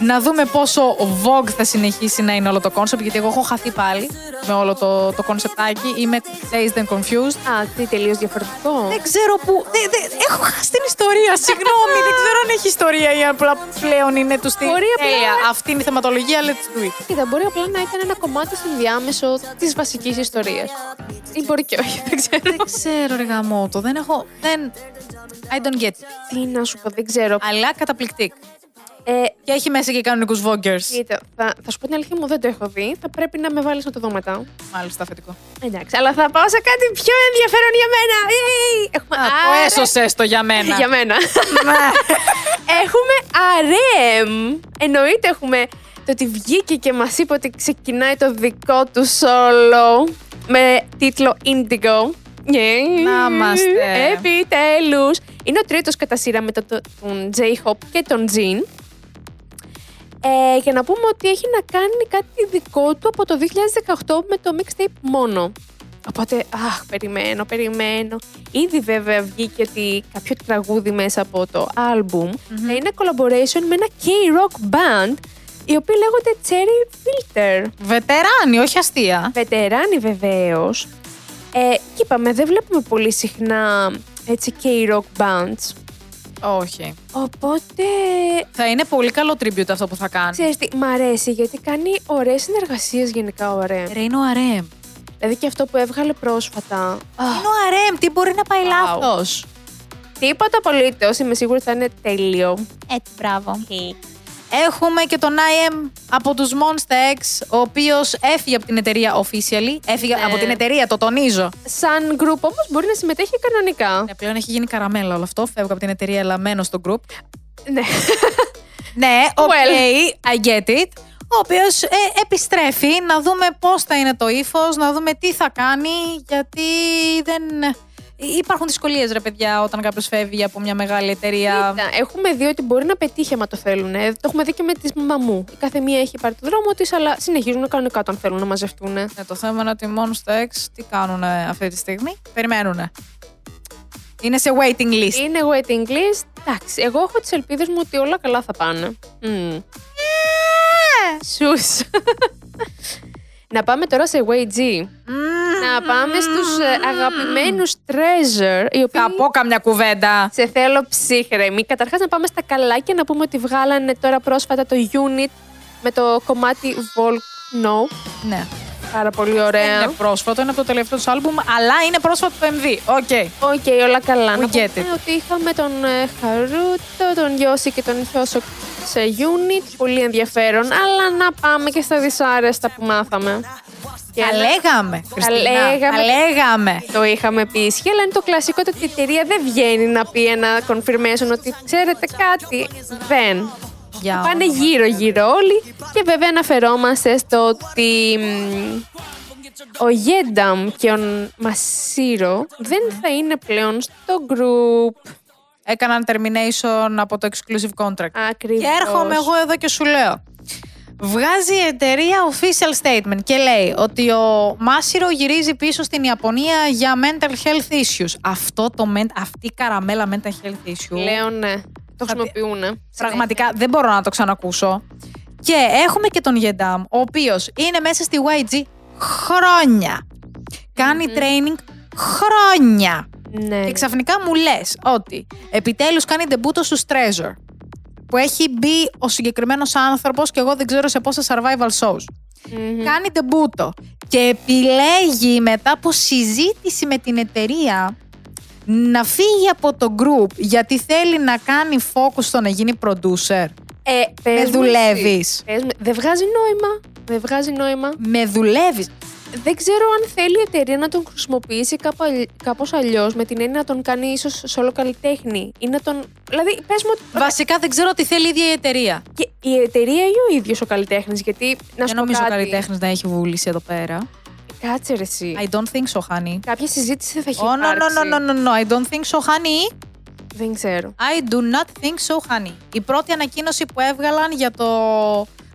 [SPEAKER 2] Να δούμε πόσο Vogue θα συνεχίσει να είναι όλο το κόνσεπτ, γιατί εγώ έχω χαθεί πάλι με όλο το, το κόνσεπτάκι. Είμαι dazed and confused.
[SPEAKER 1] Α, τι τελείως διαφορετικό.
[SPEAKER 2] Δεν ξέρω που. δεν- δεν- έχω χάσει την ιστορία. Συγγνώμη, δεν ξέρω αν έχει ιστορία ή αν απλά πλέον είναι του στυλ.
[SPEAKER 1] Μπορεί απλά-
[SPEAKER 2] «Τέλεια, Αυτή είναι η θεματολογία, let's do it.
[SPEAKER 1] Κοίτα, μπορεί απλά να ήταν ένα κομμάτι στο διάμεσο της βασικής ιστορίας. Ή μπορεί και όχι, δεν ξέρω.
[SPEAKER 2] Δεν ξέρω, ρε γαμότο. Δεν έχω. Δεν. I don't get it.
[SPEAKER 1] Τι να σου πω, δεν ξέρω.
[SPEAKER 2] Αλλά καταπληκτικ.
[SPEAKER 1] Ε,
[SPEAKER 2] Και έχει μέσα και κανονικούς vloggers.
[SPEAKER 1] Κοίτα, θα, θα σου πω την αλήθεια μου, δεν το έχω δει. Θα πρέπει να με βάλεις να το δω μετά.
[SPEAKER 2] Μάλιστα, αφεντικό.
[SPEAKER 1] Εντάξει, αλλά θα πάω σε κάτι πιο ενδιαφέρον για μένα. Yay! Έχουμε
[SPEAKER 2] Α, το
[SPEAKER 1] αρε-
[SPEAKER 2] έσωσες το για μένα. Ναι.
[SPEAKER 1] Για μένα. έχουμε αρέμ. Εννοείται έχουμε το ότι βγήκε και μας είπε ότι ξεκινάει το δικό τους solo με τίτλο Indigo. Yay!
[SPEAKER 2] Να είμαστε.
[SPEAKER 1] Επιτέλους. Είναι ο τρίτος κατά σειρά μετά το- τον J-Hop και τον Jin. Ε, και να πούμε ότι έχει να κάνει κάτι δικό του από το 2018 με το mixtape μόνο. Οπότε, αχ, περιμένω, περιμένω. Ήδη βέβαια βγήκε ότι κάποιο τραγούδι μέσα από το album θα είναι collaboration με ένα K-rock band, οι οποίοι λέγονται Cherry Filter.
[SPEAKER 2] Βετεράνη, όχι αστεία.
[SPEAKER 1] Βετεράνοι βεβαίως. Ε, και είπαμε, δεν βλέπουμε πολύ συχνά έτσι K-rock bands.
[SPEAKER 2] Όχι.
[SPEAKER 1] Οπότε,
[SPEAKER 2] Θα είναι πολύ καλό tribute αυτό που θα κάνει.
[SPEAKER 1] ξέρεις τι, μ' αρέσει γιατί κάνει ωραίες συνεργασίες γενικά ο Ρε.
[SPEAKER 2] Ρε, είναι ο Αρέμ.
[SPEAKER 1] Δηλαδή και αυτό που έβγαλε πρόσφατα. αχ,
[SPEAKER 2] Είναι ο Αρέμ, τι μπορεί να πάει
[SPEAKER 1] Wow.
[SPEAKER 2] λάθος.
[SPEAKER 1] Τίποτα απολύτως. Είμαι σίγουρη ότι θα είναι τέλειο.
[SPEAKER 2] Έτσι, μπράβο. Έχουμε και τον IM από τους Monster X, ο οποίος έφυγε από την εταιρεία officially. Έφυγε
[SPEAKER 1] Ναι.
[SPEAKER 2] από την εταιρεία, το τονίζω.
[SPEAKER 1] Σαν group όμως μπορεί να συμμετέχει κανονικά.
[SPEAKER 2] Ναι, πλέον έχει γίνει καραμέλα όλο αυτό. Φεύγω από την εταιρεία, αλλά μένω στο group.
[SPEAKER 1] Ναι.
[SPEAKER 2] Ναι, οκ,
[SPEAKER 1] Well.
[SPEAKER 2] I get it. Ο οποίος επιστρέφει να δούμε πώς θα είναι το ύφος, να δούμε τι θα κάνει, γιατί δεν. ε, Υπάρχουν δυσκολίες, ρε παιδιά, όταν κάποιος φεύγει από μια μεγάλη εταιρεία.
[SPEAKER 1] Κοίτα, έχουμε δει ότι μπορεί να πετύχει άμα το θέλουν. Το έχουμε δει και με τη μαμού. Η κάθε μία έχει πάρει το δρόμο της, αλλά συνεχίζουν κανονικά όταν θέλουν να μαζευτούν.
[SPEAKER 2] Ναι, το θέμα είναι ότι οι Monster X τι κάνουν αυτή τη στιγμή. Περιμένουν. Είναι σε waiting list.
[SPEAKER 1] Είναι waiting list. Εντάξει, εγώ έχω τις ελπίδες μου ότι όλα καλά θα πάνε. Μμμ. Σους. [laughs] να πάμε τώρα σε YG. να πάμε στους ε, αγαπημένους Treasure, οι οποίοι
[SPEAKER 2] Θα πω καμιά κουβέντα.
[SPEAKER 1] Σε θέλω ψύχρεμη. Καταρχάς, να πάμε στα καλά και να πούμε ότι βγάλανε τώρα πρόσφατα το unit με το κομμάτι Volcano.
[SPEAKER 2] Ναι.
[SPEAKER 1] Πάρα πολύ
[SPEAKER 2] Δεν είναι
[SPEAKER 1] ωραία.
[SPEAKER 2] πρόσφατο, είναι από το τελευταίο τους άλμπουμ, αλλά είναι πρόσφατο το MV. Οκ.
[SPEAKER 1] Οκ, όλα καλά.
[SPEAKER 2] We
[SPEAKER 1] να πούμε
[SPEAKER 2] get it.
[SPEAKER 1] ότι είχαμε τον ε, Χαρούτο, τον Γιώση και τον Χιώσο σε unit. Πολύ ενδιαφέρον. Αλλά να πάμε και στα δυσάρεστα που μάθαμε. Και
[SPEAKER 2] Τα
[SPEAKER 1] ένα-
[SPEAKER 2] λέγαμε. Χριστίνα.
[SPEAKER 1] λέγαμε.
[SPEAKER 2] Τα λέγαμε.
[SPEAKER 1] Το είχαμε πει ισχύει, αλλά είναι το κλασικό ότι η εταιρεία δεν βγαίνει να πει ένα confirmation ότι ξέρετε κάτι. Δεν.
[SPEAKER 2] Για
[SPEAKER 1] Πάνε
[SPEAKER 2] όνομα.
[SPEAKER 1] γύρω-γύρω όλοι και βέβαια αναφερόμαστε στο ότι μ, ο Γένταμ και ο Μασίρο δεν θα είναι πλέον στο group
[SPEAKER 2] Έκαναν termination από το exclusive contract.
[SPEAKER 1] ακριβώς.
[SPEAKER 2] Και έρχομαι εγώ εδώ και σου λέω. Βγάζει η εταιρεία official statement και λέει ότι ο Μάσιρο γυρίζει πίσω στην Ιαπωνία για mental health issues. Αυτό το men, αυτή η καραμέλα mental health issue.
[SPEAKER 1] Λέω ναι, το
[SPEAKER 2] Θα-
[SPEAKER 1] χρησιμοποιούν.
[SPEAKER 2] Πραγματικά δεν μπορώ να το ξανακούσω. Και έχουμε και τον Γεντάμ, ο οποίος είναι μέσα στη YG χρόνια. Κάνει training χρόνια.
[SPEAKER 1] Ναι.
[SPEAKER 2] Και ξαφνικά μου λες ότι επιτέλους κάνει ντεμπούτο στους Treasure. Που έχει μπει ο συγκεκριμένος άνθρωπος και εγώ δεν ξέρω σε πόσα survival shows.
[SPEAKER 1] Μμμ.
[SPEAKER 2] Κάνει ντεμπούτο. Και επιλέγει μετά από συζήτηση με την εταιρεία να φύγει από το group γιατί θέλει να κάνει focus στο να γίνει producer.
[SPEAKER 1] Ε, πες
[SPEAKER 2] με
[SPEAKER 1] μου
[SPEAKER 2] δουλεύεις.
[SPEAKER 1] εσύ. Πες μου, Δεν βγάζει νόημα. Δεν βγάζει νόημα.
[SPEAKER 2] Με δουλεύεις.
[SPEAKER 1] Δεν ξέρω αν θέλει η εταιρεία να τον χρησιμοποιήσει κάπου αλλι- κάπως αλλιώς, με την έννοια να τον κάνει ίσως solo καλλιτέχνη ή να τον... Δηλαδή, πες μου ότι
[SPEAKER 2] Βασικά δεν ξέρω τι θέλει η ίδια η εταιρεία.
[SPEAKER 1] Και η εταιρεία ή ο ίδιος ο καλλιτέχνης, γιατί να
[SPEAKER 2] δεν
[SPEAKER 1] σου πω
[SPEAKER 2] νομίζω ο
[SPEAKER 1] κάτι.
[SPEAKER 2] καλλιτέχνης να έχει βούληση εδώ πέρα.
[SPEAKER 1] Κάτσε ρε εσύ.
[SPEAKER 2] I don't think so, honey.
[SPEAKER 1] Κάποια συζήτηση θα Ε. έχει
[SPEAKER 2] Oh, no, no,
[SPEAKER 1] υπάρξει.
[SPEAKER 2] no, no, no, no. I don't think so, honey.
[SPEAKER 1] Δεν ξέρω.
[SPEAKER 2] I do not think so, honey. Η πρώτη ανακοίνωση που έβγαλαν για το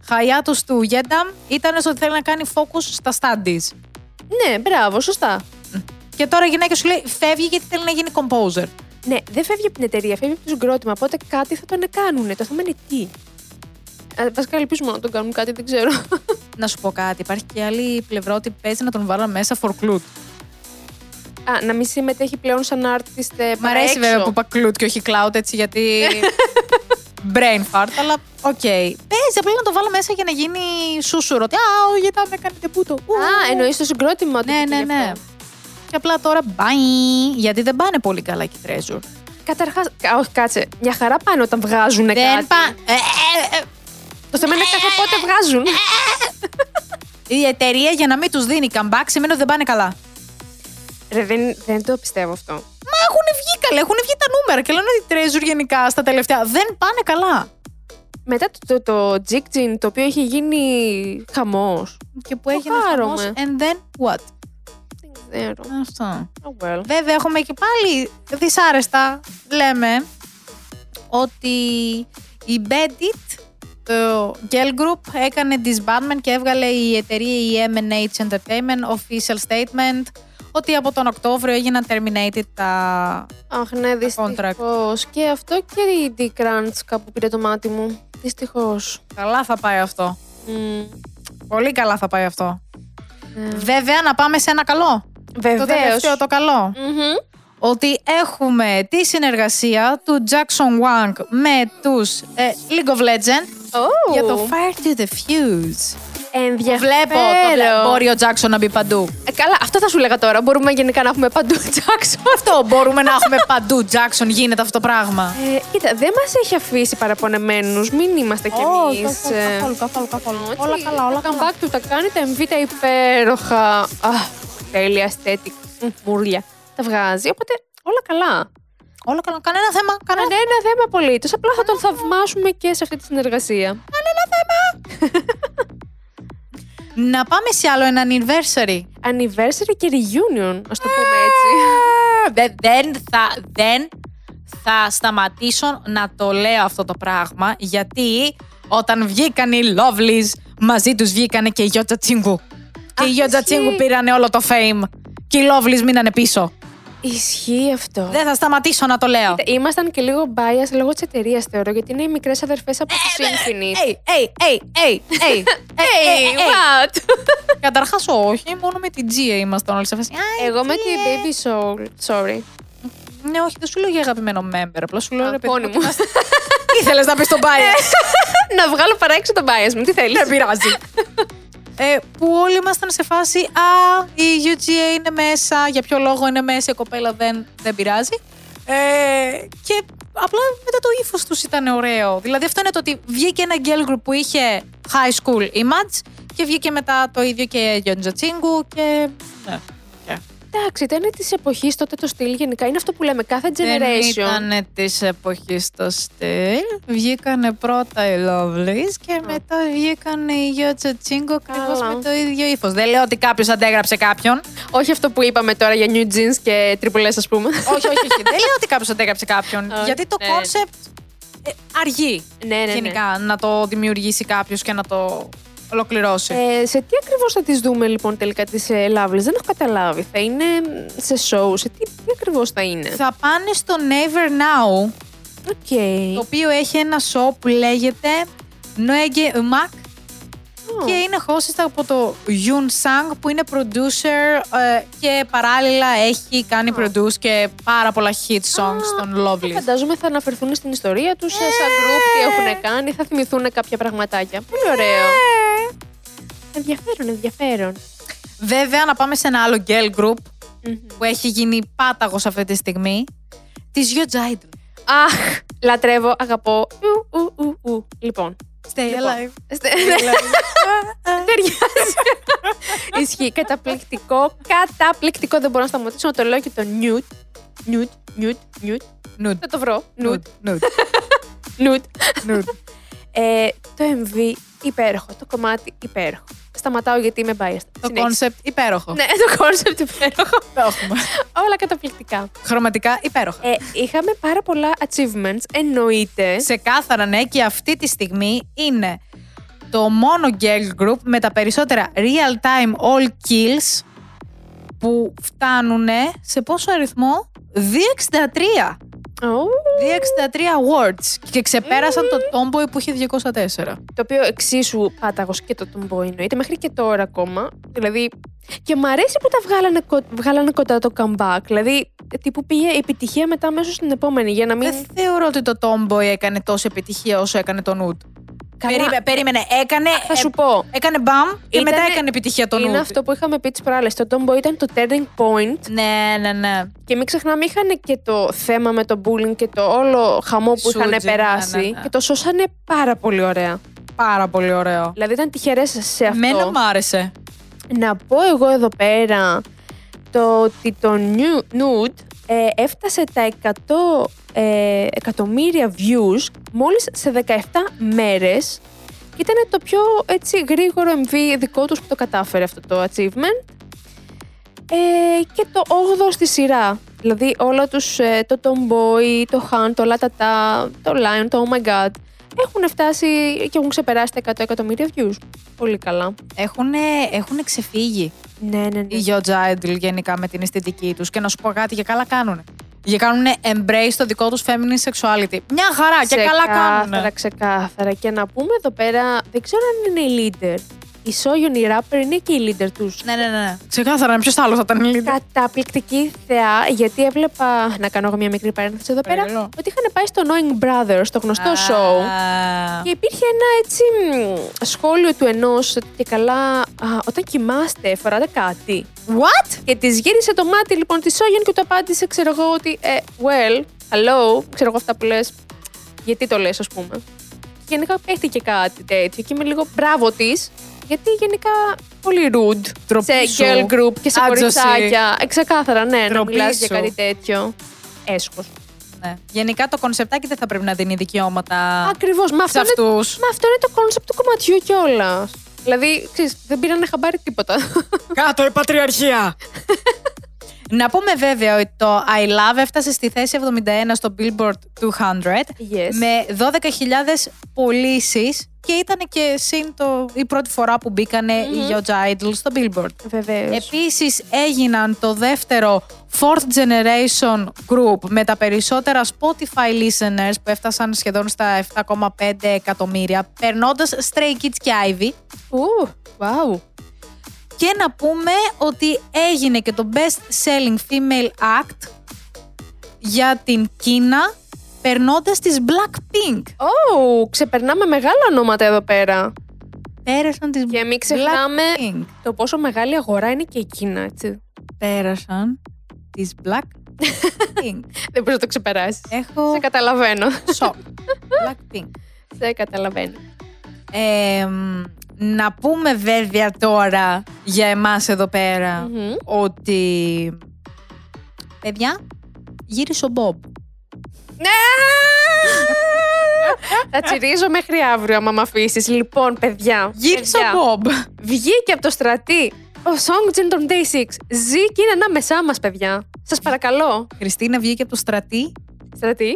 [SPEAKER 2] hiatus του Γένταμ ήταν στο ότι θέλει να κάνει focus στα studies.
[SPEAKER 1] Ναι, μπράβο, σωστά.
[SPEAKER 2] Και τώρα η γυναίκα σου λέει φεύγει γιατί θέλει να γίνει composer.
[SPEAKER 1] Ναι, δεν φεύγει από την εταιρεία, φεύγει από το συγκρότημα. Οπότε κάτι θα τον κάνουν. Το θέμα είναι τι. Α, Βασικά ελπίζουμε να τον κάνουν κάτι, δεν
[SPEAKER 2] [laughs]
[SPEAKER 1] ξέρω.
[SPEAKER 2] Να σου πω κάτι, υπάρχει και άλλη πλευρά ότι παίζει να τον βάλαν μέσα for κλουτ.
[SPEAKER 1] Α, να μην συμμετέχει πλέον σαν artist. ε,
[SPEAKER 2] Μ'
[SPEAKER 1] παρά
[SPEAKER 2] αρέσει
[SPEAKER 1] έξω.
[SPEAKER 2] βέβαια που είπα κλουτ και όχι cloud έτσι
[SPEAKER 1] [laughs]
[SPEAKER 2] γιατί. brain fart, αλλά οκ. Παίζει απλά να το βάλω μέσα για να γίνει σούσουρο. ότι, Α, ο Γένταμ έκανε τεμπούτο. Ου,
[SPEAKER 1] Α, εννοείς το συγκρότημα. ότι
[SPEAKER 2] Ναι,
[SPEAKER 1] πήγε
[SPEAKER 2] ναι,
[SPEAKER 1] αυτό.
[SPEAKER 2] ναι. Και απλά τώρα bye, γιατί δεν πάνε πολύ καλά και οι Treasure.
[SPEAKER 1] Καταρχά. Όχι, κάτσε. Μια χαρά πάνε όταν βγάζουν κάτι.
[SPEAKER 2] Δεν Ε, πάνε.
[SPEAKER 1] Το θέμα είναι κάθε πότε βγάζουν.
[SPEAKER 2] Ναι. Η εταιρεία για να μην τους δίνει comeback σημαίνει ότι δεν πάνε καλά.
[SPEAKER 1] Ρε, δεν, δεν το πιστεύω αυτό.
[SPEAKER 2] Μα έχουν βγει καλά, έχουν βγει τα νούμερα και λένε ότι οι Treasure γενικά στα τελευταία δεν πάνε καλά.
[SPEAKER 1] Μετά το, το, το Jigjin, το οποίο είχε γίνει χαμός.
[SPEAKER 2] Και που
[SPEAKER 1] Το
[SPEAKER 2] έγινε
[SPEAKER 1] χάρομαι.
[SPEAKER 2] χαμός and then what.
[SPEAKER 1] Δεν ξέρω.
[SPEAKER 2] Αυτό.
[SPEAKER 1] Oh well.
[SPEAKER 2] Βέβαια έχουμε και πάλι δυσάρεστα λέμε ότι η Bedit το Girl Group έκανε disbandment και έβγαλε η εταιρεία η M&H Entertainment official statement ότι από τον Οκτώβριο έγιναν terminated τα...
[SPEAKER 1] Αχ, ναι, δυστυχώς. Και αυτό και η D Crunch κάπου πήρε το μάτι μου. Δυστυχώς.
[SPEAKER 2] Καλά θα πάει αυτό.
[SPEAKER 1] Mm.
[SPEAKER 2] Πολύ καλά θα πάει αυτό. Βέβαια, να πάμε σε ένα καλό. Το
[SPEAKER 1] Βεβαίως.
[SPEAKER 2] τελευταίο το καλό. Ότι έχουμε τη συνεργασία του Jackson Wang με τους ε, League of Legends
[SPEAKER 1] Oh.
[SPEAKER 2] για το Fire to the Fuse. Βλέπω το
[SPEAKER 1] Ε,
[SPEAKER 2] βλέπω. Μπορεί ο Jackson να μπει παντού.
[SPEAKER 1] Καλά, αυτό θα σου λέγα τώρα. Μπορούμε γενικά να έχουμε παντού [laughs] Jackson.
[SPEAKER 2] Αυτό μπορούμε να έχουμε παντού. Jackson γίνεται αυτό το πράγμα.
[SPEAKER 1] Ε, κοίτα, δεν μας έχει αφήσει παραπονεμένους. Μην είμαστε κι εμείς.
[SPEAKER 2] καθόλου, καθόλου.
[SPEAKER 1] όλα καλά, όλα καλά. Comeback του τα κάνει, τα MV τα υπέροχα. Αχ, τέλεια, aesthetic. Μμ, Μουρλια. Τα βγάζει, οπότε όλα καλά.
[SPEAKER 2] Όλα καλά. Κανένα θέμα. Κανένα
[SPEAKER 1] Κανένα ναι, θέμα απολύτως. Απλά θα τον θαυμάσουμε και σε αυτή τη συνεργασία.
[SPEAKER 2] Να πάμε σε άλλο έναν anniversary.
[SPEAKER 1] Anniversary και reunion, ας το πούμε έτσι.
[SPEAKER 2] Ε, Δε- Δεν θα, δεν θα σταματήσω να το λέω αυτό το πράγμα, γιατί όταν βγήκαν οι Lovelies, μαζί τους βγήκανε και η Γιώτσα Τσίγκου. Και
[SPEAKER 1] Αχ,
[SPEAKER 2] η Γιώτσα
[SPEAKER 1] ισχύει.
[SPEAKER 2] Τσίγκου πήρανε όλο το fame. Και οι Lovelies μείνανε πίσω.
[SPEAKER 1] Ισχύει αυτό.
[SPEAKER 2] Δεν θα σταματήσω να το λέω.
[SPEAKER 1] Ήμασταν και λίγο bias λόγω της εταιρείας, θεωρώ, γιατί είναι οι μικρές αδερφές από το Symphony. Ε,
[SPEAKER 2] Hey, hey, hey, hey, hey, hey, hey.
[SPEAKER 1] [laughs] what?
[SPEAKER 2] Καταρχάς όχι, μόνο με την Gia ήμασταν όλοι σε φάση. «Α, η
[SPEAKER 1] Εγώ με
[SPEAKER 2] Gia».
[SPEAKER 1] την Baby Soul. Sorry.
[SPEAKER 2] Ναι, όχι, δεν σου λέω για αγαπημένο member. Απλά σου λέω
[SPEAKER 1] Α,
[SPEAKER 2] ρε παιδί.
[SPEAKER 1] πόνη
[SPEAKER 2] μου,
[SPEAKER 1] μου.
[SPEAKER 2] ότι είμαστε- Ήθελες να πεις τον bias.
[SPEAKER 1] [laughs] Να βγάλω παράξενο τον bias μου. Τι θέλεις.
[SPEAKER 2] Δεν πειράζει. ε, που όλοι ήμασταν σε φάση Α, η UGA είναι μέσα, για ποιο λόγο είναι μέσα, η κοπέλα δεν, δεν πειράζει. Ε, και απλά μετά το ύφος τους ήταν ωραίο. Δηλαδή αυτό είναι το ότι βγήκε ένα girl group που είχε high school image και βγήκε μετά το ίδιο και Γιόντζα Τσίγκου και. Ναι.
[SPEAKER 1] Εντάξει, ήταν της εποχής τότε το στυλ γενικά. Είναι αυτό που λέμε κάθε
[SPEAKER 2] Δεν
[SPEAKER 1] generation.
[SPEAKER 2] ήταν της εποχής το στυλ. Βγήκανε πρώτα οι Lovelies και μετά βγήκαν οι Γιώτσα Τσίγκο ακριβώ
[SPEAKER 1] Καλά.
[SPEAKER 2] με το ίδιο ύφος. Δεν λέω ότι κάποιος αντέγραψε κάποιον.
[SPEAKER 1] Όχι αυτό που είπαμε τώρα για New Jeans και Triple S, ας πούμε.
[SPEAKER 2] όχι, όχι, όχι. Δεν λέω ότι κάποιος αντέγραψε κάποιον.
[SPEAKER 1] Όχι,
[SPEAKER 2] γιατί το
[SPEAKER 1] ναι.
[SPEAKER 2] κόνσεπτ αργεί
[SPEAKER 1] ναι, ναι, ναι.
[SPEAKER 2] γενικά να το δημιουργήσει κάποιος και να το ολοκληρώσει.
[SPEAKER 1] Ε, σε τι ακριβώς θα τις δούμε λοιπόν τελικά τις ε, Loveless, δεν έχω καταλάβει. Θα είναι σε show, σε τι, τι ακριβώς θα είναι.
[SPEAKER 2] Θα πάνε στο Never Now,
[SPEAKER 1] Οκ.
[SPEAKER 2] το οποίο έχει ένα show που λέγεται Noege Umak
[SPEAKER 1] Ω.
[SPEAKER 2] Και είναι hosted από το Yoon Sang που είναι producer ε, και παράλληλα έχει κάνει produce και πάρα πολλά hit songs των Lovely.
[SPEAKER 1] Φαντάζομαι θα αναφερθούν στην ιστορία τους, σαν group, τι έχουν κάνει, θα θυμηθούν κάποια πραγματάκια. Πολύ ωραίο. Ε!
[SPEAKER 2] Ε,
[SPEAKER 1] Ενδιαφέρον, ενδιαφέρον.
[SPEAKER 2] Βέβαια να πάμε σε ένα άλλο girl group
[SPEAKER 1] Μμμ.
[SPEAKER 2] που έχει γίνει πάταγος αυτή τη στιγμή. Της Yo Jaidon.
[SPEAKER 1] Αχ, λατρεύω, αγαπώ. Ου, ου, ου, ου. Λοιπόν.
[SPEAKER 2] Stay
[SPEAKER 1] Λοιπόν.
[SPEAKER 2] alive.
[SPEAKER 1] στε- [laughs]
[SPEAKER 2] [laughs]
[SPEAKER 1] Ταιριάζει. Ισχύει. Καταπληκτικό, καταπληκτικό. Δεν μπορώ να σταματήσω να το λέω και το νιουτ. Νιουτ, νιουτ, νιουτ.
[SPEAKER 2] Nude,
[SPEAKER 1] Θα το βρω. Νιουτ,
[SPEAKER 2] nude, nude,
[SPEAKER 1] νιουτ. [laughs]
[SPEAKER 2] nude.
[SPEAKER 1] Ε, το MV υπέροχο, το κομμάτι υπέροχο. Σταματάω γιατί είμαι biased.
[SPEAKER 2] Το
[SPEAKER 1] Συνέχισε.
[SPEAKER 2] concept υπέροχο.
[SPEAKER 1] Ναι, το concept υπέροχο.
[SPEAKER 2] Το έχουμε.
[SPEAKER 1] Όλα καταπληκτικά.
[SPEAKER 2] Χρωματικά υπέροχα.
[SPEAKER 1] Ε, είχαμε πάρα πολλά achievements, εννοείται.
[SPEAKER 2] Ξεκάθαρα ναι και αυτή τη στιγμή είναι το μόνο girl group με τα περισσότερα real time all kills που φτάνουν σε πόσο αριθμό 263
[SPEAKER 1] Ου,
[SPEAKER 2] 263 awards και ξεπέρασαν
[SPEAKER 1] Ε.
[SPEAKER 2] το Tomboy που είχε 204
[SPEAKER 1] Το οποίο εξίσου πάταγος και το Tomboy εννοείται, μέχρι και τώρα ακόμα. Δηλαδή, και μου αρέσει που τα βγάλανε, κο- βγάλανε κοντά το comeback. Δηλαδή, τύπου πήγε η επιτυχία μετά αμέσως στην επόμενη για να μην.
[SPEAKER 2] Δεν θεωρώ ότι το Tomboy έκανε τόση επιτυχία όσο έκανε το Nude
[SPEAKER 1] Καλά,
[SPEAKER 2] Περίμε- Περίμενε, έκανε,
[SPEAKER 1] θα σου
[SPEAKER 2] ε,
[SPEAKER 1] πω.
[SPEAKER 2] έκανε μπαμ και
[SPEAKER 1] Ήτανε-
[SPEAKER 2] μετά έκανε επιτυχία το Nude
[SPEAKER 1] Είναι αυτό που είχαμε πει τις προάλλες. Το Tomboy ήταν το turning point
[SPEAKER 2] Ναι, ναι, ναι
[SPEAKER 1] και μην ξεχνάμε είχαν και το θέμα με το bullying και το όλο χαμό που
[SPEAKER 2] Σούτζι, ναι,
[SPEAKER 1] είχαν
[SPEAKER 2] ναι,
[SPEAKER 1] περάσει
[SPEAKER 2] ναι.
[SPEAKER 1] και το σώσανε πάρα πολύ ωραία.
[SPEAKER 2] Πάρα πολύ ωραίο
[SPEAKER 1] Δηλαδή ήταν τυχερές σε αυτό.
[SPEAKER 2] Μένα μ' άρεσε
[SPEAKER 1] Να πω εγώ εδώ πέρα το ότι το νιου- Nude ε, έφτασε τα 100 ε, εκατομμύρια views μόλις σε 17 μέρες και ήταν το πιο έτσι γρήγορο MV δικό τους που το κατάφερε αυτό το achievement ε, και το 8ο στη σειρά δηλαδή όλα τους ε, το Tomboy, το Han, το La Ta Ta, το Lion, το Oh My God έχουν φτάσει και έχουν ξεπεράσει τα 100 εκατομμύρια views. Πολύ καλά.
[SPEAKER 2] Έχουν, ξεφύγει
[SPEAKER 1] Ναι, ναι, ναι.
[SPEAKER 2] οι Yo Idol γενικά με την αισθητική τους. Και να σου πω κάτι, για καλά κάνουν. Για κάνουν embrace το δικό τους feminine sexuality. Μια χαρά και καλά
[SPEAKER 1] Ξεκάθαρα,
[SPEAKER 2] κάνουν.
[SPEAKER 1] ξεκάθαρα. Και να πούμε εδώ πέρα, δεν ξέρω αν είναι η leader. Η Σόγιον, η rapper, είναι και η leader τους.
[SPEAKER 2] Ναι, ναι, ναι. Ξεκάθαρα, ποιος άλλος θα ήταν η leader.
[SPEAKER 1] Καταπληκτική θεά, γιατί έβλεπα. Να κάνω εγώ μια μικρή παρένθεση εδώ πέρα.
[SPEAKER 2] Παρακαλώ.
[SPEAKER 1] Ότι είχαν πάει στο Knowing Brothers, στο γνωστό show.
[SPEAKER 2] Α,
[SPEAKER 1] Και υπήρχε ένα έτσι μ, σχόλιο του ενός ότι και καλά, α, όταν κοιμάστε, φοράτε κάτι.
[SPEAKER 2] What?
[SPEAKER 1] Και της γύρισε το μάτι λοιπόν της Σόγιον και του απάντησε, ξέρω εγώ, ότι ε, well, hello, ξέρω εγώ αυτά που λες. Γιατί το λες, ας πούμε. Και γενικά παίχτηκε κάτι τέτοιο και είμαι λίγο μπράβο της, γιατί γενικά πολύ rude
[SPEAKER 2] Ντροπή
[SPEAKER 1] σε
[SPEAKER 2] σου.
[SPEAKER 1] girl group και σε
[SPEAKER 2] Άτζωση.
[SPEAKER 1] κοριτσάκια. Ε, ξεκάθαρα, ναι, να
[SPEAKER 2] Ντροπή
[SPEAKER 1] μιλάς για
[SPEAKER 2] σου.
[SPEAKER 1] κάτι τέτοιο. Έσχος.
[SPEAKER 2] Ναι. Γενικά το κονσεπτάκι δεν θα πρέπει να δίνει δικαιώματα
[SPEAKER 1] Ακριβώς, μα
[SPEAKER 2] σε
[SPEAKER 1] αυτό, είναι,
[SPEAKER 2] αυτούς.
[SPEAKER 1] μα αυτό είναι το κόνσεπτ του κομματιού κιόλας. Δηλαδή, ξέρεις, δεν πήραν χαμπάρι τίποτα.
[SPEAKER 2] Κάτω η πατριαρχία! να πούμε βέβαια ότι το I Love έφτασε στη θέση 71 στο Billboard 200
[SPEAKER 1] Yes.
[SPEAKER 2] με 12.000 πωλήσεις και ήταν και συν το, η πρώτη φορά που μπήκανε
[SPEAKER 1] Mm-hmm.
[SPEAKER 2] οι Georgia Idol στο Billboard.
[SPEAKER 1] Βεβαίως.
[SPEAKER 2] Ε, Επίσης έγιναν το δεύτερο Fourth Generation Group με τα περισσότερα Spotify listeners που έφτασαν σχεδόν στα 7,5 εκατομμύρια περνώντας Stray Kids και Ivy.
[SPEAKER 1] Ου, wow.
[SPEAKER 2] Και να πούμε ότι έγινε και το Best Selling Female Act για την Κίνα περνώντας τις Blackpink.
[SPEAKER 1] Oh, ξεπερνάμε μεγάλα ονόματα εδώ πέρα.
[SPEAKER 2] Πέρασαν τις
[SPEAKER 1] Και μην ξεχνάμε
[SPEAKER 2] Blackpink.
[SPEAKER 1] το πόσο μεγάλη αγορά είναι και εκείνα, έτσι.
[SPEAKER 2] Πέρασαν τις Blackpink.
[SPEAKER 1] [laughs] Δεν μπορείς να το ξεπεράσεις.
[SPEAKER 2] Έχω
[SPEAKER 1] Σε καταλαβαίνω.
[SPEAKER 2] σοκ. Blackpink.
[SPEAKER 1] Σε καταλαβαίνω.
[SPEAKER 2] Ε, μ, να πούμε βέβαια τώρα για εμάς εδώ πέρα
[SPEAKER 1] Μμμ.
[SPEAKER 2] ότι παιδιά γύρισε ο Μπομπ.
[SPEAKER 1] Ναι! Θα τσιρίζω μέχρι αύριο, άμα με αφήσεις. Λοιπόν, παιδιά.
[SPEAKER 2] Γύρισε
[SPEAKER 1] παιδιά.
[SPEAKER 2] ο Μπομπ.
[SPEAKER 1] Βγήκε από το στρατή ο Songjin των Day 6. Ζει και είναι ανάμεσά μας, παιδιά. Σας παρακαλώ.
[SPEAKER 2] Χριστίνα βγήκε από το στρατή.
[SPEAKER 1] Στρατή.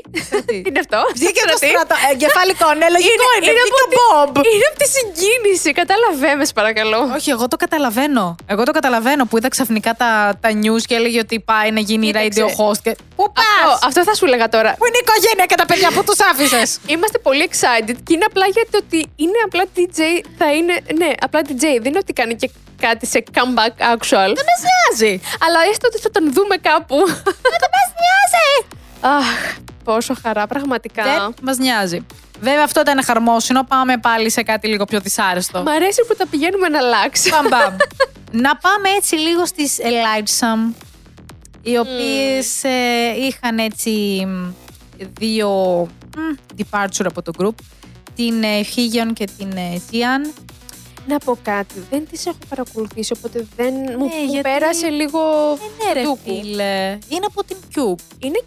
[SPEAKER 1] Τι είναι αυτό.
[SPEAKER 2] Βγήκε από το στρατό. Εγκεφαλικό, ναι, λογικό είναι.
[SPEAKER 1] είναι
[SPEAKER 2] Βγήκε ο Μπομπ.
[SPEAKER 1] Είναι από τη συγκίνηση. Κατάλαβέ με, σε παρακαλώ.
[SPEAKER 2] Όχι, εγώ το καταλαβαίνω. Εγώ το καταλαβαίνω που είδα ξαφνικά τα, τα news και έλεγε ότι πάει να γίνει
[SPEAKER 1] Κοίταξε.
[SPEAKER 2] radio host. Και... Πού πας!
[SPEAKER 1] Αυτό, αυτό θα σου έλεγα τώρα.
[SPEAKER 2] Πού είναι η οικογένεια και τα παιδιά που τους άφησες!
[SPEAKER 1] Είμαστε πολύ excited και είναι απλά γιατί ότι είναι απλά DJ. Θα είναι. Ναι, απλά DJ. Δεν είναι ότι κάνει και κάτι σε comeback actual.
[SPEAKER 2] Δεν με νοιάζει.
[SPEAKER 1] Αλλά έστω ότι θα τον δούμε κάπου.
[SPEAKER 2] Δεν μας νοιάζει.
[SPEAKER 1] Αχ, πόσο χαρά, πραγματικά.
[SPEAKER 2] Δεν μας νοιάζει. Βέβαια αυτό ήταν χαρμόσυνο. Πάμε πάλι σε κάτι λίγο πιο δυσάρεστο.
[SPEAKER 1] Μ' αρέσει που τα πηγαίνουμε να αλλάξει.
[SPEAKER 2] Μπαμ, μπαμ. να πάμε έτσι λίγο στις Ελάιτσαμ, οι οποίες ε, είχαν έτσι μ, δύο μ, departure από το group, την ε, Χίγιον και την ε, Τιαν.
[SPEAKER 1] Να πω κάτι. Δεν τις έχω παρακολουθήσει, οπότε δεν μου μου
[SPEAKER 2] Ναι, γιατί-
[SPEAKER 1] πέρασε λίγο.
[SPEAKER 2] Ναι ρε
[SPEAKER 1] Τούκου.
[SPEAKER 2] φίλε, είναι από την Cube.
[SPEAKER 1] Είναι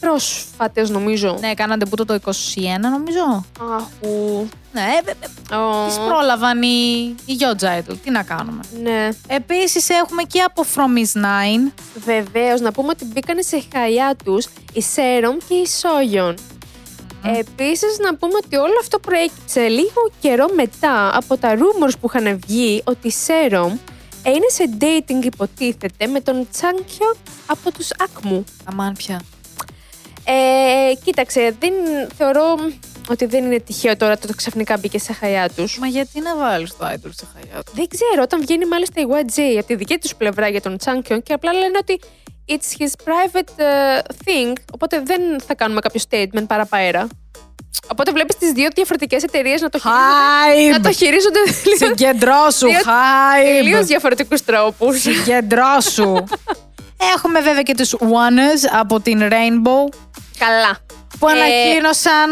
[SPEAKER 1] πρόσφατες νομίζω.
[SPEAKER 2] Ναι, κάνατε που το 21 νομίζω.
[SPEAKER 1] Αχου.
[SPEAKER 2] Ναι, ε, ε, ε,
[SPEAKER 1] Ω,
[SPEAKER 2] τις πρόλαβαν οι, οι Georgia Idol, τι να κάνουμε.
[SPEAKER 1] Ναι.
[SPEAKER 2] Επίσης έχουμε και από From Is Nine.
[SPEAKER 1] Βεβαίως, να πούμε ότι μπήκαν σε χαλιά τους η Σέρομ και η Σόγιον. Επίσης, να πούμε ότι όλο αυτό προέκυψε λίγο καιρό μετά από τα rumors που είχαν βγει ότι η Σέρομ ε, είναι σε dating, υποτίθεται, με τον Τσάνκιο από τους Ακμού.
[SPEAKER 2] Αμάν πια.
[SPEAKER 1] Ε, κοίταξε, δεν, θεωρώ ότι δεν είναι τυχαίο τώρα το ότι ξαφνικά μπήκε σε χαλιά τους.
[SPEAKER 2] Μα γιατί να βάλεις το idol σε χαλιά τους.
[SPEAKER 1] Δεν ξέρω, όταν βγαίνει μάλιστα η YG από τη δική τους πλευρά για τον Τσάνκιον και απλά λένε ότι it's his private ε, thing, οπότε δεν θα κάνουμε κάποιο statement παραπέρα. Οπότε βλέπεις τις δύο διαφορετικές εταιρείες να το χειρίζονται, να το
[SPEAKER 2] Hype!
[SPEAKER 1] χειρίζονται λίγο
[SPEAKER 2] Συγκεντρώσου,
[SPEAKER 1] Διότι- τελείως
[SPEAKER 2] hype!
[SPEAKER 1] διαφορετικούς τρόπους.
[SPEAKER 2] Συγκεντρώσου! Έχουμε βέβαια και τους Oneers από την Rainbow
[SPEAKER 1] Καλά.
[SPEAKER 2] που
[SPEAKER 1] Ε,
[SPEAKER 2] ανακοίνωσαν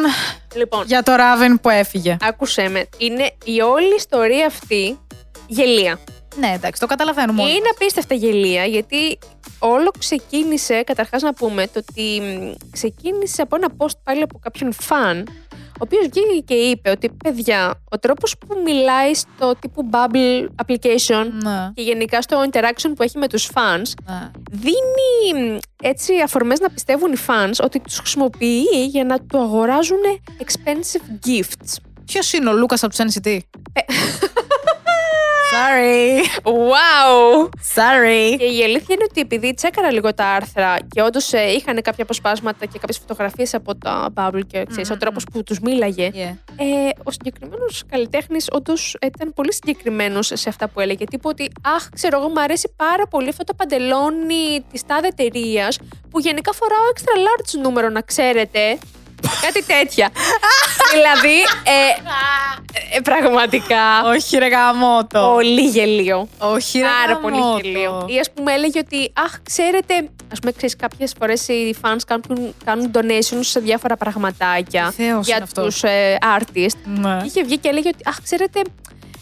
[SPEAKER 1] Λοιπόν,
[SPEAKER 2] για το Raven που έφυγε.
[SPEAKER 1] άκουσέ με. Είναι η όλη ιστορία αυτή γελία.
[SPEAKER 2] Ναι, εντάξει, το καταλαβαίνουμε όλοι.
[SPEAKER 1] Είναι απίστευτα γελία, γιατί όλο ξεκίνησε, καταρχάς να πούμε, το ότι μ, ξεκίνησε από ένα post πάλι από κάποιον φαν, ο οποίος βγήκε και είπε ότι παιδιά, ο τρόπος που μιλάει στο τύπου Bubble application
[SPEAKER 2] Ναι.
[SPEAKER 1] και γενικά στο interaction που έχει με τους fans,
[SPEAKER 2] ναι.
[SPEAKER 1] δίνει μ, έτσι αφορμές να πιστεύουν οι fans ότι τους χρησιμοποιεί για να του αγοράζουν expensive gifts.
[SPEAKER 2] Ποιος είναι ο Λούκας από τους NCT. Sorry.
[SPEAKER 1] Wow!
[SPEAKER 2] Sorry.
[SPEAKER 1] Και η αλήθεια είναι ότι επειδή τσέκαρα λίγο τα άρθρα και όντως είχαν κάποια αποσπάσματα και κάποιες φωτογραφίες από τα Bubble και ξέρεις, ο τρόπος που τους μίλαγε,
[SPEAKER 2] Yeah.
[SPEAKER 1] ε, ο συγκεκριμένος καλλιτέχνης όντως ήταν πολύ συγκεκριμένος σε αυτά που έλεγε. Τύπου ότι, Αχ, ξέρω εγώ, μου αρέσει πάρα πολύ αυτό το παντελόνι της τάδε εταιρείας που γενικά φοράω extra large νούμερο, να ξέρετε. Κάτι τέτοια. δηλαδή, ε, ε, πραγματικά.
[SPEAKER 2] Όχι, ρε γαμότο.
[SPEAKER 1] πολύ γελίο.
[SPEAKER 2] Όχι, ρε
[SPEAKER 1] Πάρα πολύ
[SPEAKER 2] γαμότο.
[SPEAKER 1] γελίο. Ή ας πούμε έλεγε ότι, Αχ, ξέρετε. Ας πούμε, ξέρεις, κάποιες φορές οι fans κάνουν, κάνουν donations σε διάφορα πραγματάκια
[SPEAKER 2] Θεός είναι
[SPEAKER 1] για
[SPEAKER 2] αυτός.
[SPEAKER 1] τους ε, artists.
[SPEAKER 2] Ναι.
[SPEAKER 1] Και Είχε βγει και έλεγε ότι, αχ, ξέρετε,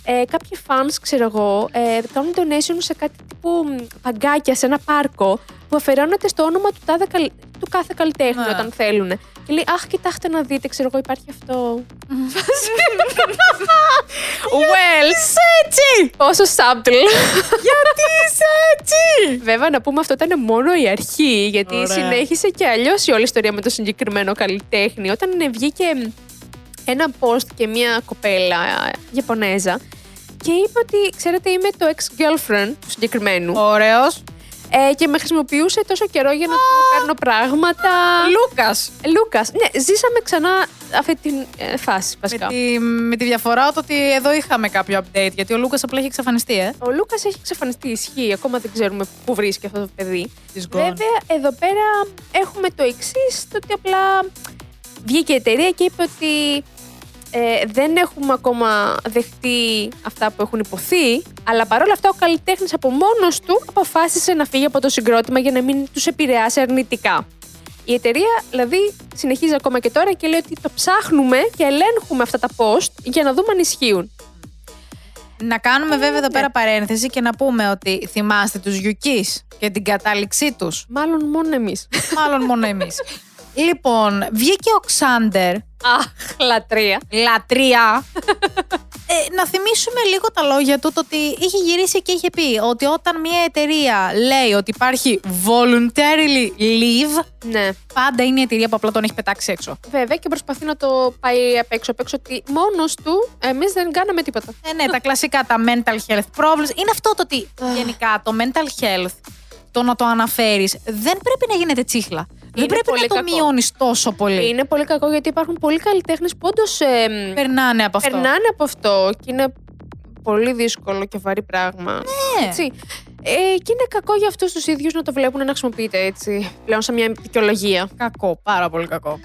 [SPEAKER 1] ε, κάποιοι fans, ξέρω εγώ, ε, κάνουν donation σε κάτι τύπου μ, παγκάκια σε ένα πάρκο που αφαιρώνεται στο όνομα του, τάδε καλ- του κάθε καλλιτέχνη
[SPEAKER 2] Ναι.
[SPEAKER 1] όταν θέλουν. Και λέει, αχ, κοιτάξτε να δείτε, ξέρω εγώ, υπάρχει αυτό. well,
[SPEAKER 2] έτσι!
[SPEAKER 1] πόσο subtle.
[SPEAKER 2] Γιατί είσαι έτσι!
[SPEAKER 1] Βέβαια, να πούμε αυτό ήταν μόνο η αρχή, γιατί
[SPEAKER 2] Ωραία.
[SPEAKER 1] συνέχισε και αλλιώς η όλη ιστορία με το συγκεκριμένο καλλιτέχνη. Όταν ε, βγήκε ένα post και μια κοπέλα ε, Ιαπωνέζα και είπε ότι, ξέρετε, είμαι το ex-girlfriend του συγκεκριμένου
[SPEAKER 2] Ωραίος.
[SPEAKER 1] ε, και με χρησιμοποιούσε τόσο καιρό για να του παίρνω πράγματα.
[SPEAKER 2] Λούκας.
[SPEAKER 1] Λούκας, ναι, ζήσαμε ξανά αυτή την ε, φάση
[SPEAKER 2] Με
[SPEAKER 1] βασικά.
[SPEAKER 2] τη, με τη διαφορά το ότι εδώ είχαμε κάποιο update, γιατί ο Λούκας απλά έχει εξαφανιστεί, ε.
[SPEAKER 1] Ο Λούκας έχει εξαφανιστεί ισχύει, ακόμα δεν ξέρουμε πού βρίσκει αυτό το παιδί.
[SPEAKER 2] He's gone.
[SPEAKER 1] Βέβαια, εδώ πέρα έχουμε το εξής, το ότι απλά βγήκε η εταιρεία και είπε ότι ε, δεν έχουμε ακόμα δεχτεί αυτά που έχουν υποθεί, αλλά παρόλα αυτά ο καλλιτέχνης από μόνος του αποφάσισε να φύγει από το συγκρότημα για να μην τους επηρεάσει αρνητικά. Η εταιρεία δηλαδή συνεχίζει ακόμα και τώρα και λέει ότι το ψάχνουμε και ελέγχουμε αυτά τα post για να δούμε αν ισχύουν.
[SPEAKER 2] Να κάνουμε βέβαια εδώ πέρα παρένθεση και να πούμε ότι θυμάστε τους Γιουκείς και την κατάληξή
[SPEAKER 1] [laughs]
[SPEAKER 2] τους.
[SPEAKER 1] Μάλλον μόνο εμείς.
[SPEAKER 2] Μάλλον μόνο εμείς. λοιπόν, βγήκε ο Ξάντερ,
[SPEAKER 1] Αχ, λατρεία.
[SPEAKER 2] λατρεία. ε, να θυμίσουμε λίγο τα λόγια του, το ότι είχε γυρίσει και είχε πει ότι όταν μια εταιρεία λέει ότι υπάρχει voluntarily leave,
[SPEAKER 1] Ναι.
[SPEAKER 2] πάντα είναι η εταιρεία που απλά τον έχει πετάξει έξω.
[SPEAKER 1] Βέβαια και προσπαθεί να το πάει απ' έξω, απ' έξω ότι μόνος του εμείς δεν κάναμε τίποτα.
[SPEAKER 2] Ε, ναι, τα κλασικά, τα mental health problems. Είναι αυτό το ότι γενικά το mental health, το να το αναφέρεις, δεν πρέπει να γίνεται τσίχλα. δεν
[SPEAKER 1] Είναι
[SPEAKER 2] πρέπει να
[SPEAKER 1] πολύ
[SPEAKER 2] το
[SPEAKER 1] κακό.
[SPEAKER 2] μειώνεις τόσο πολύ.
[SPEAKER 1] Είναι πολύ κακό γιατί υπάρχουν πολλοί καλλιτέχνες που όντως
[SPEAKER 2] Περνάνε από αυτό.
[SPEAKER 1] περνάνε από αυτό και είναι πολύ δύσκολο και βαρύ πράγμα.
[SPEAKER 2] Ναι.
[SPEAKER 1] Έτσι. Ε, και είναι κακό για αυτούς τους ίδιους να το βλέπουν να χρησιμοποιείται έτσι, πλέον σαν μια δικαιολογία.
[SPEAKER 2] Κακό, πάρα πολύ κακό.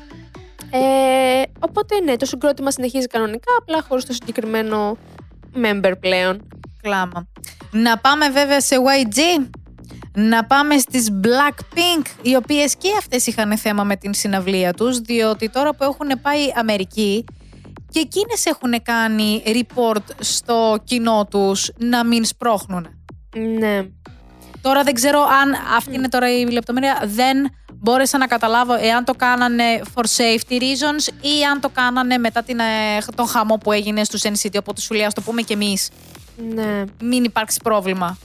[SPEAKER 1] Ε, οπότε ναι, το συγκρότημα συνεχίζει κανονικά, απλά χωρίς το συγκεκριμένο member πλέον.
[SPEAKER 2] Κλάμα. Να πάμε βέβαια σε YG. Να πάμε στις Blackpink, οι οποίες και αυτές είχαν θέμα με την συναυλία τους, διότι τώρα που έχουν πάει Αμερική και εκείνες έχουν κάνει report στο κοινό τους να μην σπρώχνουν.
[SPEAKER 1] Ναι.
[SPEAKER 2] Τώρα δεν ξέρω αν αυτή είναι τώρα η λεπτομέρεια. Δεν μπόρεσα να καταλάβω εάν το κάνανε for safety reasons ή αν το κάνανε μετά την, ε, τον χαμό που έγινε στους NCT. Οπότε σου λέει, ας το πούμε κι εμείς.
[SPEAKER 1] Ναι.
[SPEAKER 2] Μην υπάρξει πρόβλημα.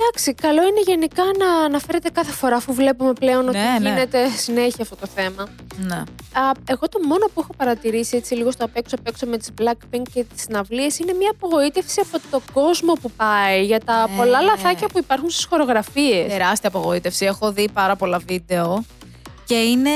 [SPEAKER 1] Εντάξει, καλό είναι γενικά να αναφέρεται κάθε φορά αφού βλέπουμε πλέον
[SPEAKER 2] Ναι,
[SPEAKER 1] ότι
[SPEAKER 2] ναι.
[SPEAKER 1] γίνεται συνέχεια αυτό το θέμα.
[SPEAKER 2] Ναι.
[SPEAKER 1] Α, εγώ το μόνο που έχω παρατηρήσει έτσι λίγο στο απ' έξω απ' έξω με τις Blackpink και τις συναυλίες είναι μια απογοήτευση από το κόσμο που πάει για τα
[SPEAKER 2] Ναι.
[SPEAKER 1] πολλά λαθάκια που υπάρχουν στις χορογραφίες.
[SPEAKER 2] Τεράστια απογοήτευση. Έχω δει πάρα πολλά βίντεο και είναι...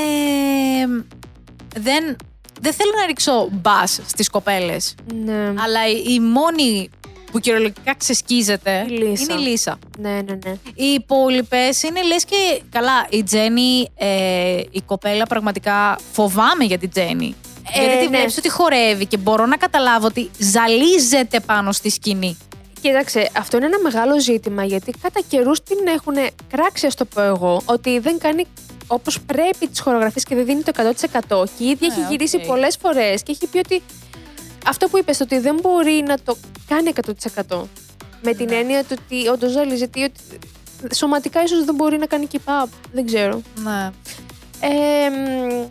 [SPEAKER 2] Δεν, δεν θέλω να ρίξω μπας στις κοπέλες,
[SPEAKER 1] Ναι.
[SPEAKER 2] αλλά η, η μόνη που κυριολεκτικά ξεσκίζεται
[SPEAKER 1] Η Λίσσα.
[SPEAKER 2] είναι η Λίσσα.
[SPEAKER 1] ναι, ναι, ναι.
[SPEAKER 2] Οι υπόλοιπες είναι λες και καλά. Η Τζέννη, ε, η κοπέλα, πραγματικά φοβάμαι για την Τζέννη.
[SPEAKER 1] Ε,
[SPEAKER 2] γιατί τη
[SPEAKER 1] ναι.
[SPEAKER 2] βλέπεις ότι χορεύει και μπορώ να καταλάβω ότι ζαλίζεται πάνω στη σκηνή.
[SPEAKER 1] Κοίταξε, αυτό είναι ένα μεγάλο ζήτημα γιατί κατά καιρούς την έχουν κράξει, ας το πω εγώ, ότι δεν κάνει όπως πρέπει τις χορογραφίες και δεν δίνει το 100%. Και η ίδια
[SPEAKER 2] Ε,
[SPEAKER 1] έχει γυρίσει
[SPEAKER 2] οκ.
[SPEAKER 1] πολλές φορές και έχει πει ότι αυτό που είπες, ότι δεν μπορεί να το κάνει 100%. Με
[SPEAKER 2] Ναι.
[SPEAKER 1] την έννοια του ότι όντως ζαλίζεται ή ότι Ναι. σωματικά ίσως δεν μπορεί να κάνει keep up. Δεν ξέρω.
[SPEAKER 2] Ναι.
[SPEAKER 1] Ε, μ,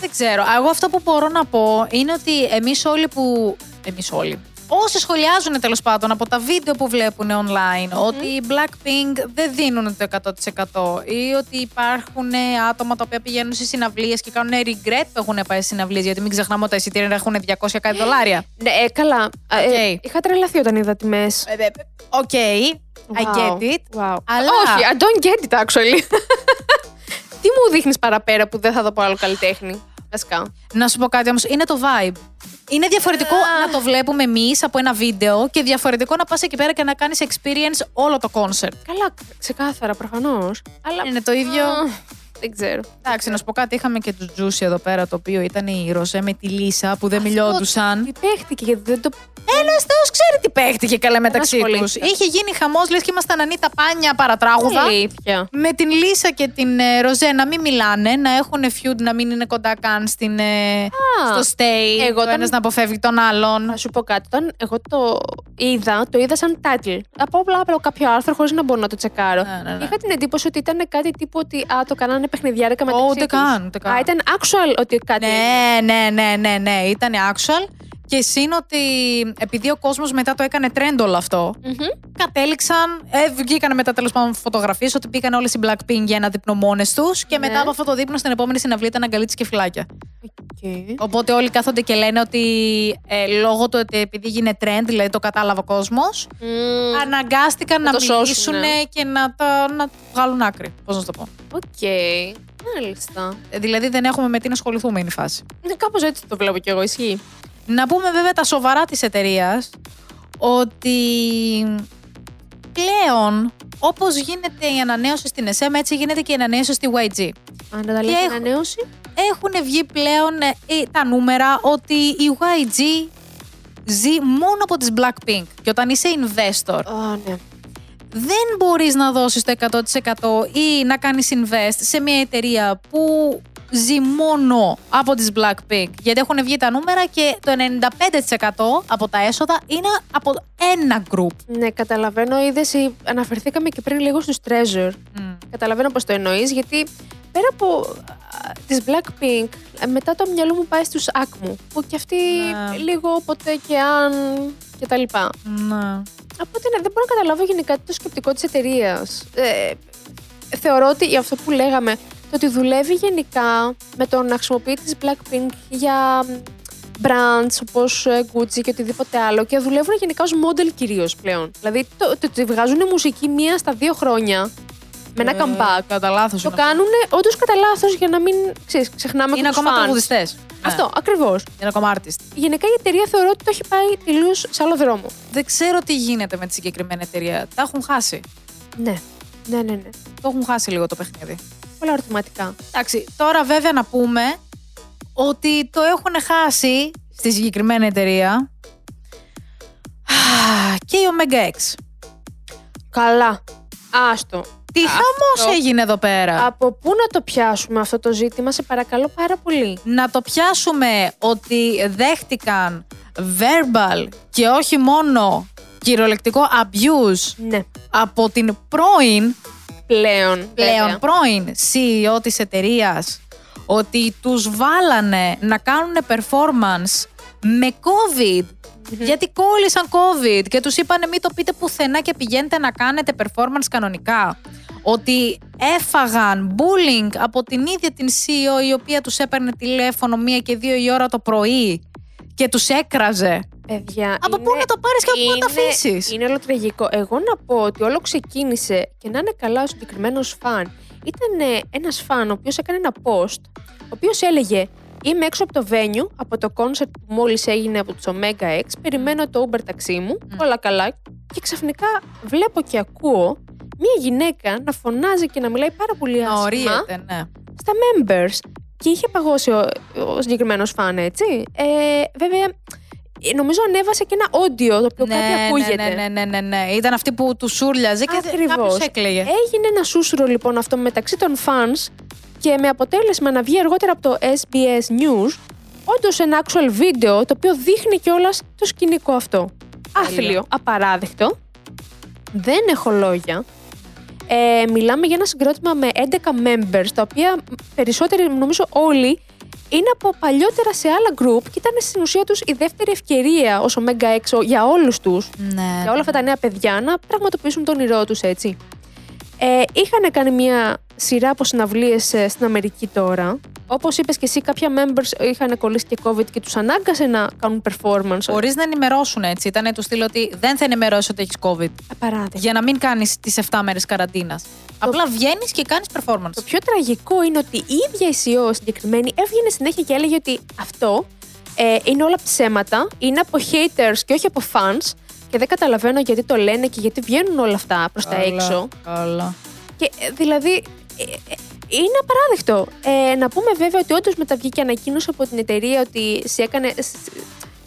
[SPEAKER 2] Δεν ξέρω. Εγώ αυτό που μπορώ να πω είναι ότι εμείς όλοι που. Εμείς όλοι. Όσοι σχολιάζουν τέλος πάντων από τα βίντεο που βλέπουν online ότι οι Blackpink δεν δίνουν το 100% ή ότι υπάρχουν άτομα τα οποία πηγαίνουν σε συναυλίες και κάνουν regret που έχουν πάει σε συναυλίες. Γιατί μην ξεχνάμε ότι τα εισιτήρια έχουν 200 κάτι δολάρια.
[SPEAKER 1] Ναι, ε, καλά. Ε,
[SPEAKER 2] Οκ.
[SPEAKER 1] είχα τρελαθεί όταν είδα τιμές.
[SPEAKER 2] Οκ, I get it.
[SPEAKER 1] Ε, Wow.
[SPEAKER 2] Αλλά-
[SPEAKER 1] Όχι, I don't get it actually. [laughs] Τι μου δείχνεις παραπέρα που δεν θα το πω άλλο καλλιτέχνη. Βασικά.
[SPEAKER 2] Να σου πω κάτι όμως, είναι το vibe. Είναι διαφορετικό να το βλέπουμε εμείς από ένα βίντεο και διαφορετικό να πας εκεί πέρα και να κάνεις experience όλο το concert.
[SPEAKER 1] Καλά, ξεκάθαρα προφανώς. Αλλά.
[SPEAKER 2] Είναι το ίδιο.
[SPEAKER 1] Δεν ξέρω.
[SPEAKER 2] Εντάξει, να σου πω κάτι. Είχαμε και τους Juicy εδώ πέρα, το οποίο ήταν η Ροζέ με τη Λίσα που δεν μιλιόντουσαν.
[SPEAKER 1] Τι παίχτηκε, γιατί δεν το.
[SPEAKER 2] Ένας Θεός ξέρει τι παίχτηκε καλά μεταξύ του.
[SPEAKER 1] ασχολήθηκα.
[SPEAKER 2] Είχε γίνει χαμός, λες και ήμασταν ανίτα πάνια παρατράγουδα.
[SPEAKER 1] Αλήθεια.
[SPEAKER 2] Με την Λίσα και την ε, Ροζέ να μην μιλάνε, να έχουν feud, να μην είναι κοντά καν στην, ε, στο stage.
[SPEAKER 1] εγώ
[SPEAKER 2] Εγώ το
[SPEAKER 1] όταν-
[SPEAKER 2] ένας να αποφεύγει τον άλλον.
[SPEAKER 1] Να σου πω κάτι. Όταν εγώ το είδα, το είδα σαν title. Από απλά από κάποιο άρθρο χωρίς να μπορώ να το τσεκάρω.
[SPEAKER 2] Ναι, ναι, ναι.
[SPEAKER 1] Είχα την εντύπωση ότι ήταν κάτι τύπου ότι α, το κάνανε παιχνιδιάρικα μεταξύ
[SPEAKER 2] Ούτε
[SPEAKER 1] τους.
[SPEAKER 2] καν, ούτε καν.
[SPEAKER 1] Α, ήταν actual ότι κάτι.
[SPEAKER 2] Ναι, ναι, ναι, ναι, ναι. Ήταν actual. Και συν ότι επειδή ο κόσμος μετά το έκανε trend όλο αυτό,
[SPEAKER 1] Μμμ.
[SPEAKER 2] κατέληξαν, ε, βγήκαν μετά τέλος πάντων φωτογραφίες ότι πήγαν όλε οι Blackpink για ένα δείπνο μόνε τους και
[SPEAKER 1] Ναι.
[SPEAKER 2] μετά από αυτό το δείπνο στην επόμενη συναυλία ήταν αγκαλίτσε και φυλάκια.
[SPEAKER 1] Οκ.
[SPEAKER 2] Οπότε όλοι κάθονται και λένε ότι ε, λόγω του ότι επειδή γίνεται trend, δηλαδή το κατάλαβε ο κόσμος,
[SPEAKER 1] Μμμ.
[SPEAKER 2] αναγκάστηκαν να,
[SPEAKER 1] Mm. το σώσουνε.
[SPEAKER 2] μιλήσουν και να, τα, να βγάλουν άκρη. Πώς να σου το πω.
[SPEAKER 1] Οκ. Μάλιστα.
[SPEAKER 2] Ε, Δηλαδή δεν έχουμε με τι να ασχοληθούμε, είναι η φάση.
[SPEAKER 1] Ναι, κάπως έτσι το βλέπω κι εγώ, ισχύει.
[SPEAKER 2] Να πούμε βέβαια τα σοβαρά της εταιρείας ότι πλέον όπως γίνεται η ανανέωση στην SM έτσι γίνεται και η ανανέωση στη YG.
[SPEAKER 1] Αν τα λέει
[SPEAKER 2] έχω-
[SPEAKER 1] ανανέωση.
[SPEAKER 2] Έχουν βγει πλέον ε, ε, τα νούμερα ότι η YG ζει μόνο από τις Blackpink και όταν είσαι investor
[SPEAKER 1] Α, ναι.
[SPEAKER 2] δεν μπορείς να δώσεις το 100% ή να κάνεις invest σε μια εταιρεία που ζει μόνο από τις Blackpink γιατί έχουν βγει τα νούμερα και το 95% από τα έσοδα είναι από ένα group.
[SPEAKER 1] Ναι, καταλαβαίνω. Είδες, αναφερθήκαμε και πριν λίγο στους Treasure.
[SPEAKER 2] Mm.
[SPEAKER 1] Καταλαβαίνω πώς το εννοείς, γιατί πέρα από τις Blackpink, ε, μετά το μυαλό μου πάει στους Ακμου, που κι αυτοί
[SPEAKER 2] Ναι.
[SPEAKER 1] λίγο ποτέ και αν και τα λοιπά.
[SPEAKER 2] Ναι.
[SPEAKER 1] Οπότε ναι, δεν μπορώ να καταλάβω γενικά το σκεπτικό της εταιρείας. Ε, θεωρώ ότι για αυτό που λέγαμε, το ότι δουλεύει γενικά με το να χρησιμοποιεί τις Blackpink για brands όπως ε, Gucci και οτιδήποτε άλλο και δουλεύουν γενικά ως model κυρίως πλέον. Δηλαδή το, το ότι βγάζουν μουσική μία στα δύο χρόνια με ένα comeback.
[SPEAKER 2] Κατά λάθος
[SPEAKER 1] Το
[SPEAKER 2] Ε, είναι, αυτό.
[SPEAKER 1] κάνουν όντως κατά λάθος για να μην ξέρεις, ξεχνάμε
[SPEAKER 2] είναι
[SPEAKER 1] και τους
[SPEAKER 2] ακόμα
[SPEAKER 1] fans.
[SPEAKER 2] τραγουδιστές.
[SPEAKER 1] Αυτό, ακριβώ.
[SPEAKER 2] Ναι, Είναι ακόμα artist.
[SPEAKER 1] Γενικά η εταιρεία θεωρώ ότι το έχει πάει τελείως σε άλλο δρόμο.
[SPEAKER 2] Δεν ξέρω τι γίνεται με τη συγκεκριμένη εταιρεία. Τα έχουν χάσει.
[SPEAKER 1] Ναι. Ναι, ναι, ναι.
[SPEAKER 2] Το έχουν χάσει λίγο το παιχνίδι.
[SPEAKER 1] Πολλά ερωτηματικά.
[SPEAKER 2] Εντάξει, τώρα βέβαια να πούμε ότι το έχουν χάσει στη συγκεκριμένη εταιρεία Α, και η Omega X.
[SPEAKER 1] Καλά. Άστο.
[SPEAKER 2] Τι χαμός έγινε εδώ πέρα.
[SPEAKER 1] Από πού να το πιάσουμε αυτό το ζήτημα, σε παρακαλώ πάρα πολύ.
[SPEAKER 2] Να το πιάσουμε ότι δέχτηκαν verbal και όχι μόνο κυριολεκτικό abuse
[SPEAKER 1] Ναι.
[SPEAKER 2] από την πρώην
[SPEAKER 1] Πλέον.
[SPEAKER 2] πλέον
[SPEAKER 1] βέβαια.
[SPEAKER 2] πρώην CEO της εταιρείας ότι τους βάλανε να κάνουν performance με COVID γιατί κόλλησαν COVID και τους είπανε μην το πείτε πουθενά και πηγαίνετε να κάνετε performance κανονικά ότι έφαγαν bullying από την ίδια την CEO η οποία τους έπαιρνε τηλέφωνο μία και δύο η ώρα το πρωί και τους έκραζε.
[SPEAKER 1] Παιδιά,
[SPEAKER 2] από πού
[SPEAKER 1] είναι-
[SPEAKER 2] να το πάρεις και από πού να τα
[SPEAKER 1] είναι-
[SPEAKER 2] αφήσεις.
[SPEAKER 1] Είναι όλο τραγικό. Εγώ να πω ότι όλο ξεκίνησε και να είναι καλά ο συγκεκριμένος φαν. Ήταν ένας φαν ο οποίος έκανε ένα post, ο οποίος έλεγε Είμαι έξω από το venue, από το concert που μόλις έγινε από τους Omega X. Περιμένω το Uber ταξί μου. Όλα καλά. Και ξαφνικά βλέπω και ακούω μία γυναίκα να φωνάζει και να μιλάει πάρα πολύ
[SPEAKER 2] Να
[SPEAKER 1] άσχημα
[SPEAKER 2] ορίεται, ναι.
[SPEAKER 1] στα members. Και είχε παγώσει ο, ο συγκεκριμένος φαν, έτσι. Ε, βέβαια, νομίζω ανέβασε και ένα audio το οποίο κάτι ακούγεται.
[SPEAKER 2] Ναι, ναι, ναι, ναι, ναι. Ήταν αυτή που του σούρλιαζε και
[SPEAKER 1] Ακριβώς. Ε,
[SPEAKER 2] κάποιος έκλαιγε.
[SPEAKER 1] Έγινε ένα σούσουρο λοιπόν αυτό μεταξύ των fans και με αποτέλεσμα να βγει αργότερα από το SBS News όντως ένα actual video το οποίο δείχνει κιόλας το σκηνικό αυτό. Άθλιο, απαράδεκτο. Δεν έχω λόγια. Ε, μιλάμε για ένα συγκρότημα με 11 members, τα οποία περισσότεροι νομίζω όλοι είναι από παλιότερα σε άλλα group και ήταν στην ουσία τους η δεύτερη ευκαιρία ως Omega έξω για όλους τους,
[SPEAKER 2] Ναι.
[SPEAKER 1] για Ε, όλα αυτά τα νέα παιδιά να πραγματοποιήσουν το όνειρό τους έτσι. Ε, είχαν κάνει μια σειρά από συναυλίες στην Αμερική τώρα. Όπως είπες και εσύ, κάποια members είχαν κολλήσει και COVID και τους ανάγκασε να κάνουν performance.
[SPEAKER 2] Χωρίς να ενημερώσουν έτσι. Ήταν τους στείλω ότι δεν θα ενημερώσει ότι έχεις COVID.
[SPEAKER 1] Απαράδεκτο.
[SPEAKER 2] Για να μην κάνεις τις 7 μέρες καραντίνας. Απλά βγαίνεις και κάνεις performance.
[SPEAKER 1] Το πιο τραγικό είναι ότι η ίδια η CEO συγκεκριμένη έβγαινε συνέχεια και έλεγε ότι αυτό ε, είναι όλα ψέματα, είναι από haters και όχι από fans και δεν καταλαβαίνω γιατί το λένε και γιατί βγαίνουν όλα αυτά προς τα έξω.
[SPEAKER 2] Καλά.
[SPEAKER 1] Και ε, δηλαδή ε, ε, είναι απαράδεκτο. Ε, να πούμε βέβαια ότι όντως μετά βγήκε ανακοίνωση από την εταιρεία ότι σε έκανε σ-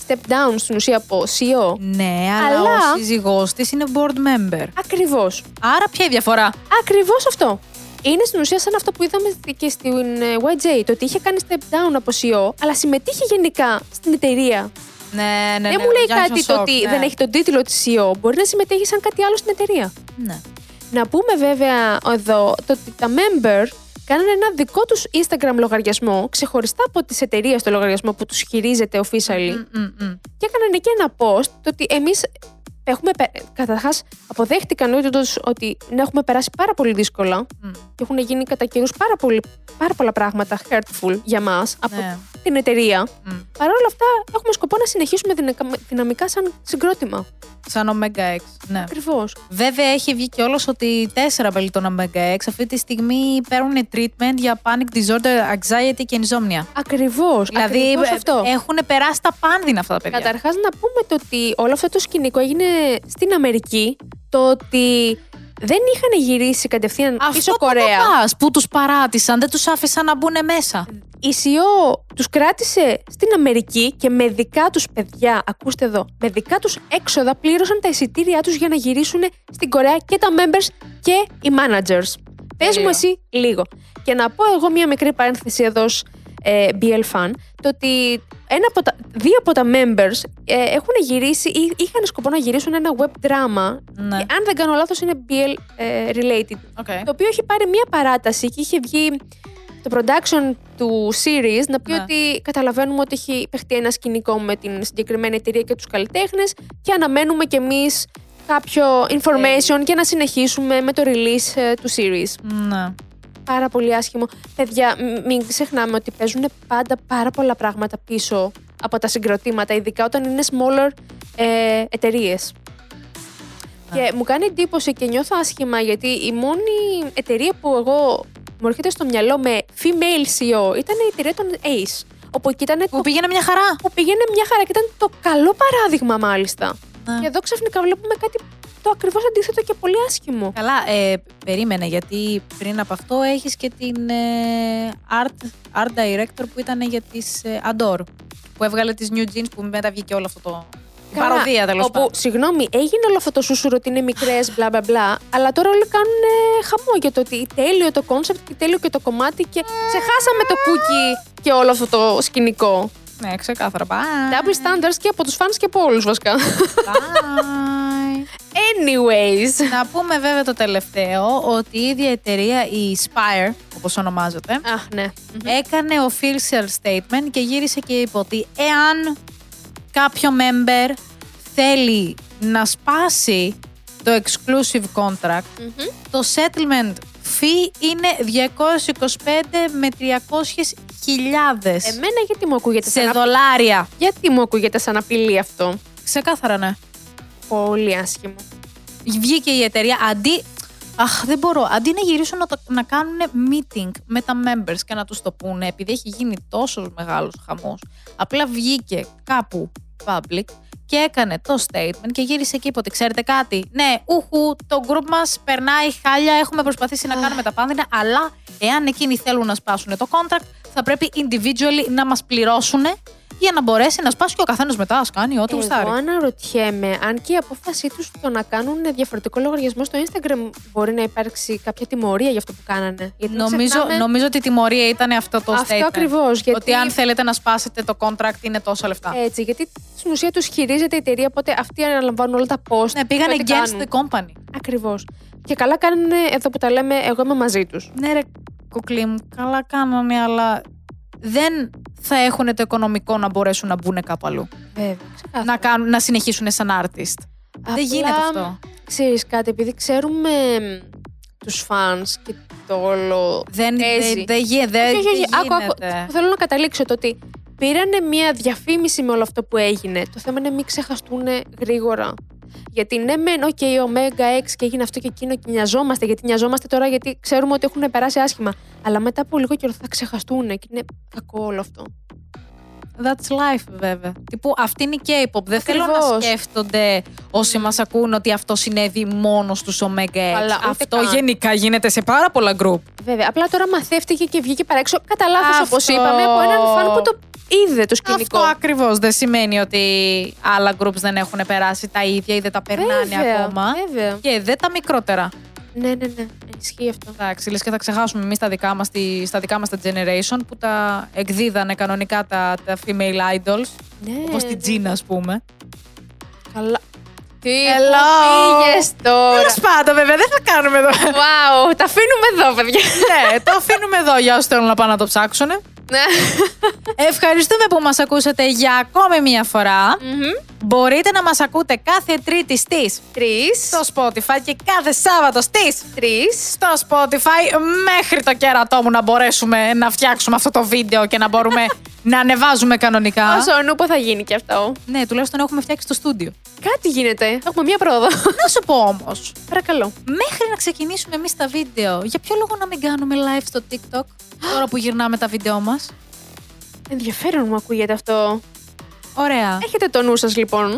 [SPEAKER 1] step down στην ουσία από E CEO.
[SPEAKER 2] Ναι, αλλά,
[SPEAKER 1] Αλλά-
[SPEAKER 2] ο σύζυγός της είναι board member.
[SPEAKER 1] Ακριβώς.
[SPEAKER 2] Άρα ποια η διαφορά.
[SPEAKER 1] Ακριβώς αυτό. Είναι στην ουσία σαν αυτό που είδαμε και στην ε, YJ, το ότι είχε κάνει step down από CEO, αλλά συμμετείχε γενικά στην εταιρεία.
[SPEAKER 2] Ναι, ναι, ναι.
[SPEAKER 1] δεν μου λέει
[SPEAKER 2] Γιάννης
[SPEAKER 1] κάτι
[SPEAKER 2] ο
[SPEAKER 1] το
[SPEAKER 2] Σοκ,
[SPEAKER 1] ότι
[SPEAKER 2] ναι.
[SPEAKER 1] δεν έχει τον τίτλο της CEO, μπορεί να συμμετέχει σαν κάτι άλλο στην εταιρεία.
[SPEAKER 2] Ναι.
[SPEAKER 1] Να πούμε βέβαια εδώ το ότι τα member κάνανε ένα δικό τους Instagram λογαριασμό, ξεχωριστά από τις εταιρείες το λογαριασμό που τους χειρίζεται officially,
[SPEAKER 2] Μ, μ, μ.
[SPEAKER 1] και έκαναν και ένα post το ότι εμείς έχουμε. πε- Καταρχάς αποδέχτηκαν όντως ότι ναι, έχουμε περάσει πάρα πολύ δύσκολα
[SPEAKER 2] Μμ.
[SPEAKER 1] και έχουν γίνει κατά καιρούς πάρα, πολύ- πάρα πολλά πράγματα hurtful για μας από
[SPEAKER 2] Ναι.
[SPEAKER 1] την εταιρεία.
[SPEAKER 2] Μμ.
[SPEAKER 1] Παρ' όλα αυτά, έχουμε σκοπό να συνεχίσουμε δυνακα- δυναμικά σαν συγκρότημα.
[SPEAKER 2] Σαν Omega X. Ναι.
[SPEAKER 1] Ακριβώς.
[SPEAKER 2] Βέβαια, έχει βγει κιόλα ότι τέσσερα μέλη των Omega X αυτή τη στιγμή παίρνουν treatment για panic disorder, anxiety και insomnia.
[SPEAKER 1] Ακριβώς.
[SPEAKER 2] Δηλαδή,
[SPEAKER 1] αυτό.
[SPEAKER 2] έχουν περάσει τα πάνδυνα αυτά τα παιδιά.
[SPEAKER 1] Καταρχάς να πούμε το ότι όλο αυτό το σκηνικό έγινε στην Αμερική. Το ότι δεν είχαν γυρίσει κατευθείαν πίσω
[SPEAKER 2] Αυτό το
[SPEAKER 1] Κορέα.
[SPEAKER 2] παπάς που τους παράτησαν, δεν τους άφησαν να μπουν μέσα.
[SPEAKER 1] Η CEO τους κράτησε στην Αμερική και με δικά τους παιδιά, ακούστε εδώ, με δικά τους έξοδα πλήρωσαν τα εισιτήριά τους για να γυρίσουν στην Κορέα και τα members και οι managers. Πες
[SPEAKER 2] Τέλεια.
[SPEAKER 1] μου εσύ λίγο. Και να πω εγώ μία μικρή παρένθεση εδώ ως, ε, BL fan, το ότι ένα από τα, δύο από τα members ε, έχουν γυρίσει ή είχαν σκοπό να γυρίσουν ένα web drama
[SPEAKER 2] Ναι.
[SPEAKER 1] και αν δεν κάνω λάθος είναι BL ε, related
[SPEAKER 2] Okay.
[SPEAKER 1] το οποίο έχει πάρει μία παράταση και είχε βγει το production του series να πει
[SPEAKER 2] Ναι.
[SPEAKER 1] ότι καταλαβαίνουμε ότι έχει παιχτεί ένα σκηνικό με την συγκεκριμένη εταιρεία και τους καλλιτέχνες και αναμένουμε κι εμείς κάποιο information και να συνεχίσουμε με το release ε, του series.
[SPEAKER 2] Ναι.
[SPEAKER 1] Πάρα πολύ άσχημο. Παιδιά, μ- μην ξεχνάμε ότι παίζουν πάντα πάρα πολλά πράγματα πίσω από τα συγκροτήματα, ειδικά όταν είναι smaller ε, εταιρείες. Και μου κάνει εντύπωση και νιώθω άσχημα γιατί η μόνη εταιρεία που εγώ μου έρχεται στο μυαλό με female CEO ήταν η εταιρεία των Ace. Όπου εκεί ήταν
[SPEAKER 2] Που
[SPEAKER 1] το
[SPEAKER 2] πήγαινε μια χαρά.
[SPEAKER 1] που πήγαινε μια χαρά και ήταν το καλό παράδειγμα μάλιστα.
[SPEAKER 2] Ναι.
[SPEAKER 1] Και εδώ ξαφνικά βλέπουμε κάτι το ακριβώς αντίθετο και πολύ άσχημο.
[SPEAKER 2] Καλά, ε, περίμενε, γιατί πριν από αυτό έχεις και την ε, art, art director που ήταν για τις ε, Adore, που έβγαλε τις New Jeans που μετά βγήκε όλο αυτό το...
[SPEAKER 1] Καλά,
[SPEAKER 2] Παροδία τέλος
[SPEAKER 1] Όπου,
[SPEAKER 2] πάντων.
[SPEAKER 1] συγγνώμη, έγινε όλο αυτό το σούσουρο ότι είναι μικρές, μπλα μπλα μπλα, αλλά τώρα όλοι κάνουν ε, χαμό για το ότι τέλειο το κόνσεπτ και τέλειο και το κομμάτι και ξεχάσαμε το κούκι και όλο αυτό το σκηνικό.
[SPEAKER 2] Ναι, ξεκάθαρα. Bye.
[SPEAKER 1] Double standards και από τους fans και από όλους
[SPEAKER 2] [laughs]
[SPEAKER 1] βασικά.
[SPEAKER 2] Bye.
[SPEAKER 1] Anyways.
[SPEAKER 2] Να πούμε βέβαια το τελευταίο ότι η ίδια εταιρεία, η Spire, όπως ονομάζεται,
[SPEAKER 1] Αχ, ναι.
[SPEAKER 2] έκανε official statement και γύρισε και είπε ότι εάν κάποιο member θέλει να σπάσει το exclusive contract, το settlement fee είναι 225 με 300 χιλιάδες
[SPEAKER 1] Εμένα γιατί μου ακούγεται
[SPEAKER 2] σε
[SPEAKER 1] σαν, απ-
[SPEAKER 2] δολάρια.
[SPEAKER 1] γιατί μου ακούγεται σαν απειλή αυτό.
[SPEAKER 2] Ξεκάθαρα ναι.
[SPEAKER 1] Πολύ άσχημο.
[SPEAKER 2] βγήκε η εταιρεία αντί. Αχ, δεν μπορώ. Αντί να γυρίσουν να, το, να κάνουν meeting με τα members και να τους το πούνε, επειδή έχει γίνει τόσος μεγάλος χαμός, απλά βγήκε κάπου public και έκανε το statement και γύρισε εκεί. Είπε ότι ξέρετε κάτι. Ναι, ούχου, το group μας περνάει χάλια. Έχουμε προσπαθήσει να κάνουμε τα πάνδυνα, αλλά εάν εκείνοι θέλουν να σπάσουν το contract, θα πρέπει individually να μας πληρώσουν για να μπορέσει να σπάσει και ο καθένας μετά. Ας κάνει ό,τι
[SPEAKER 1] Εγώ
[SPEAKER 2] γουστάρει.
[SPEAKER 1] αναρωτιέμαι αν και η απόφασή τους το να κάνουν διαφορετικό λογαριασμό στο Instagram μπορεί να υπάρξει κάποια τιμωρία για αυτό που κάνανε. Γιατί μην
[SPEAKER 2] Νομίζω,
[SPEAKER 1] ξεχνάμε-
[SPEAKER 2] νομίζω ότι η τιμωρία ήταν αυτό το
[SPEAKER 1] Αυτό
[SPEAKER 2] statement.
[SPEAKER 1] ακριβώς, γιατί-
[SPEAKER 2] Ότι αν θέλετε να σπάσετε το contract είναι τόσα λεφτά.
[SPEAKER 1] Έτσι, γιατί στην ουσία τους χειρίζεται η εταιρεία, οπότε αυτοί αναλαμβάνουν όλα τα post.
[SPEAKER 2] ναι, πήγανε against the company.
[SPEAKER 1] Ακριβώς. Και καλά κάνανε εδώ που τα λέμε, εγώ είμαι μαζί τους.
[SPEAKER 2] Ναι, ρε, κουκλί μου, καλά κάνανε, αλλά δεν θα έχουν το οικονομικό να μπορέσουν να μπουν κάπου αλλού.
[SPEAKER 1] Βέβαια. ξεκάθαρα.
[SPEAKER 2] Να, κάνουν, να συνεχίσουν σαν artist.
[SPEAKER 1] Απλά,
[SPEAKER 2] Δεν γίνεται αυτό.
[SPEAKER 1] Ξέρεις κάτι, επειδή ξέρουμε μ, τους φανς και το όλο...
[SPEAKER 2] Δεν
[SPEAKER 1] παίζει.
[SPEAKER 2] δεν- δεν γι- δεν-
[SPEAKER 1] Όχι, όχι, όχι.
[SPEAKER 2] δεν
[SPEAKER 1] Άκου, άκου.
[SPEAKER 2] γίνεται.
[SPEAKER 1] Θέλω να καταλήξω το ότι πήρανε μια διαφήμιση με όλο αυτό που έγινε. Το θέμα είναι μην ξεχαστούν γρήγορα. Γιατί ναι, μεν, οκ, ο Omega X και έγινε αυτό και εκείνο και νοιαζόμαστε. Γιατί νοιαζόμαστε τώρα, γιατί ξέρουμε ότι έχουν περάσει άσχημα. Αλλά μετά από λίγο καιρό θα ξεχαστούν και είναι κακό όλο αυτό.
[SPEAKER 2] That's life, βέβαια. Τύπου αυτή είναι η K-pop. Δεν θέλω να
[SPEAKER 1] Ακριβώς.
[SPEAKER 2] σκέφτονται όσοι μας ακούν ότι αυτό συνέβη μόνος στου Omega X.
[SPEAKER 1] Αλλά ούτε
[SPEAKER 2] αυτό
[SPEAKER 1] καν.
[SPEAKER 2] γενικά γίνεται σε πάρα πολλά group.
[SPEAKER 1] Βέβαια. Απλά τώρα μαθεύτηκε και βγήκε παράξω. Κατά λάθος,
[SPEAKER 2] Αυτό.
[SPEAKER 1] όπως είπαμε, από έναν φαν που το είδε το σκηνικό.
[SPEAKER 2] Αυτό ακριβώς. Δεν σημαίνει ότι άλλα groups δεν έχουν περάσει τα ίδια ή δεν τα περνάνε
[SPEAKER 1] Βέβαια,
[SPEAKER 2] ακόμα.
[SPEAKER 1] Βέβαια.
[SPEAKER 2] Και δεν τα μικρότερα.
[SPEAKER 1] Ναι, ναι, ναι. Ισχύει αυτό.
[SPEAKER 2] Εντάξει, λες και θα ξεχάσουμε εμείς τα δικά μας στα δικά μας τα generation που τα εκδίδανε κανονικά τα, τα female idols.
[SPEAKER 1] Ναι,
[SPEAKER 2] Όπως την
[SPEAKER 1] ναι.
[SPEAKER 2] Τζίνα, ας πούμε.
[SPEAKER 1] Καλά. Τι
[SPEAKER 2] Hello.
[SPEAKER 1] πήγες τώρα.
[SPEAKER 2] Τέλος πάντων, βέβαια, δεν θα κάνουμε εδώ. [laughs]
[SPEAKER 1] Wow, τα αφήνουμε εδώ, παιδιά.
[SPEAKER 2] ναι, το αφήνουμε εδώ για όσου θέλουν να πάνε να το ψάξουν.
[SPEAKER 1] Ναι.
[SPEAKER 2] Ευχαριστούμε που μας ακούσατε για ακόμη μία φορά. Μπορείτε να μας ακούτε κάθε Τρίτη στις
[SPEAKER 1] Τρεις.
[SPEAKER 2] στο Spotify και κάθε Σάββατο στις
[SPEAKER 1] Τρεις.
[SPEAKER 2] στο Spotify μέχρι το κέρατό μου να μπορέσουμε να φτιάξουμε αυτό το βίντεο και να [laughs] μπορούμε να ανεβάζουμε κανονικά.
[SPEAKER 1] Όσο νούπο θα γίνει και αυτό.
[SPEAKER 2] Ναι, τουλάχιστον έχουμε φτιάξει το στούντιο.
[SPEAKER 1] Κάτι γίνεται. Έχουμε μία πρόοδο.
[SPEAKER 2] Να σου πω όμως,
[SPEAKER 1] Παρακαλώ.
[SPEAKER 2] μέχρι να ξεκινήσουμε εμείς τα βίντεο, για ποιο λόγο να μην κάνουμε live στο TikTok τώρα που γυρνάμε τα βίντεο μας.
[SPEAKER 1] Ενδιαφέρον μου ακούγεται αυτό.
[SPEAKER 2] Ωραία.
[SPEAKER 1] Έχετε το νου σας λοιπόν.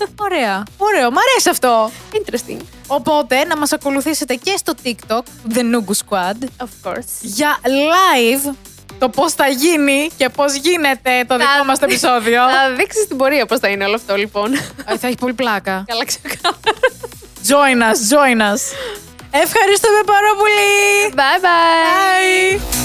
[SPEAKER 2] Ε, Ωραία. Ωραίο. Μ' αρέσει αυτό.
[SPEAKER 1] Interesting.
[SPEAKER 2] Οπότε να μας ακολουθήσετε και στο TikTok, The Nugu Squad,
[SPEAKER 1] Of course.
[SPEAKER 2] για live το πώς θα γίνει και πώς γίνεται το δικό [laughs] μας το επεισόδιο.
[SPEAKER 1] Θα δείξεις την πορεία πώς θα είναι όλο αυτό [laughs] λοιπόν.
[SPEAKER 2] Ε, θα έχει πολύ πλάκα.
[SPEAKER 1] Καλά ξεκάθαρα.
[SPEAKER 2] Join us, join us. Ευχαριστούμε πάρα πολύ.
[SPEAKER 1] Bye bye.
[SPEAKER 2] Bye.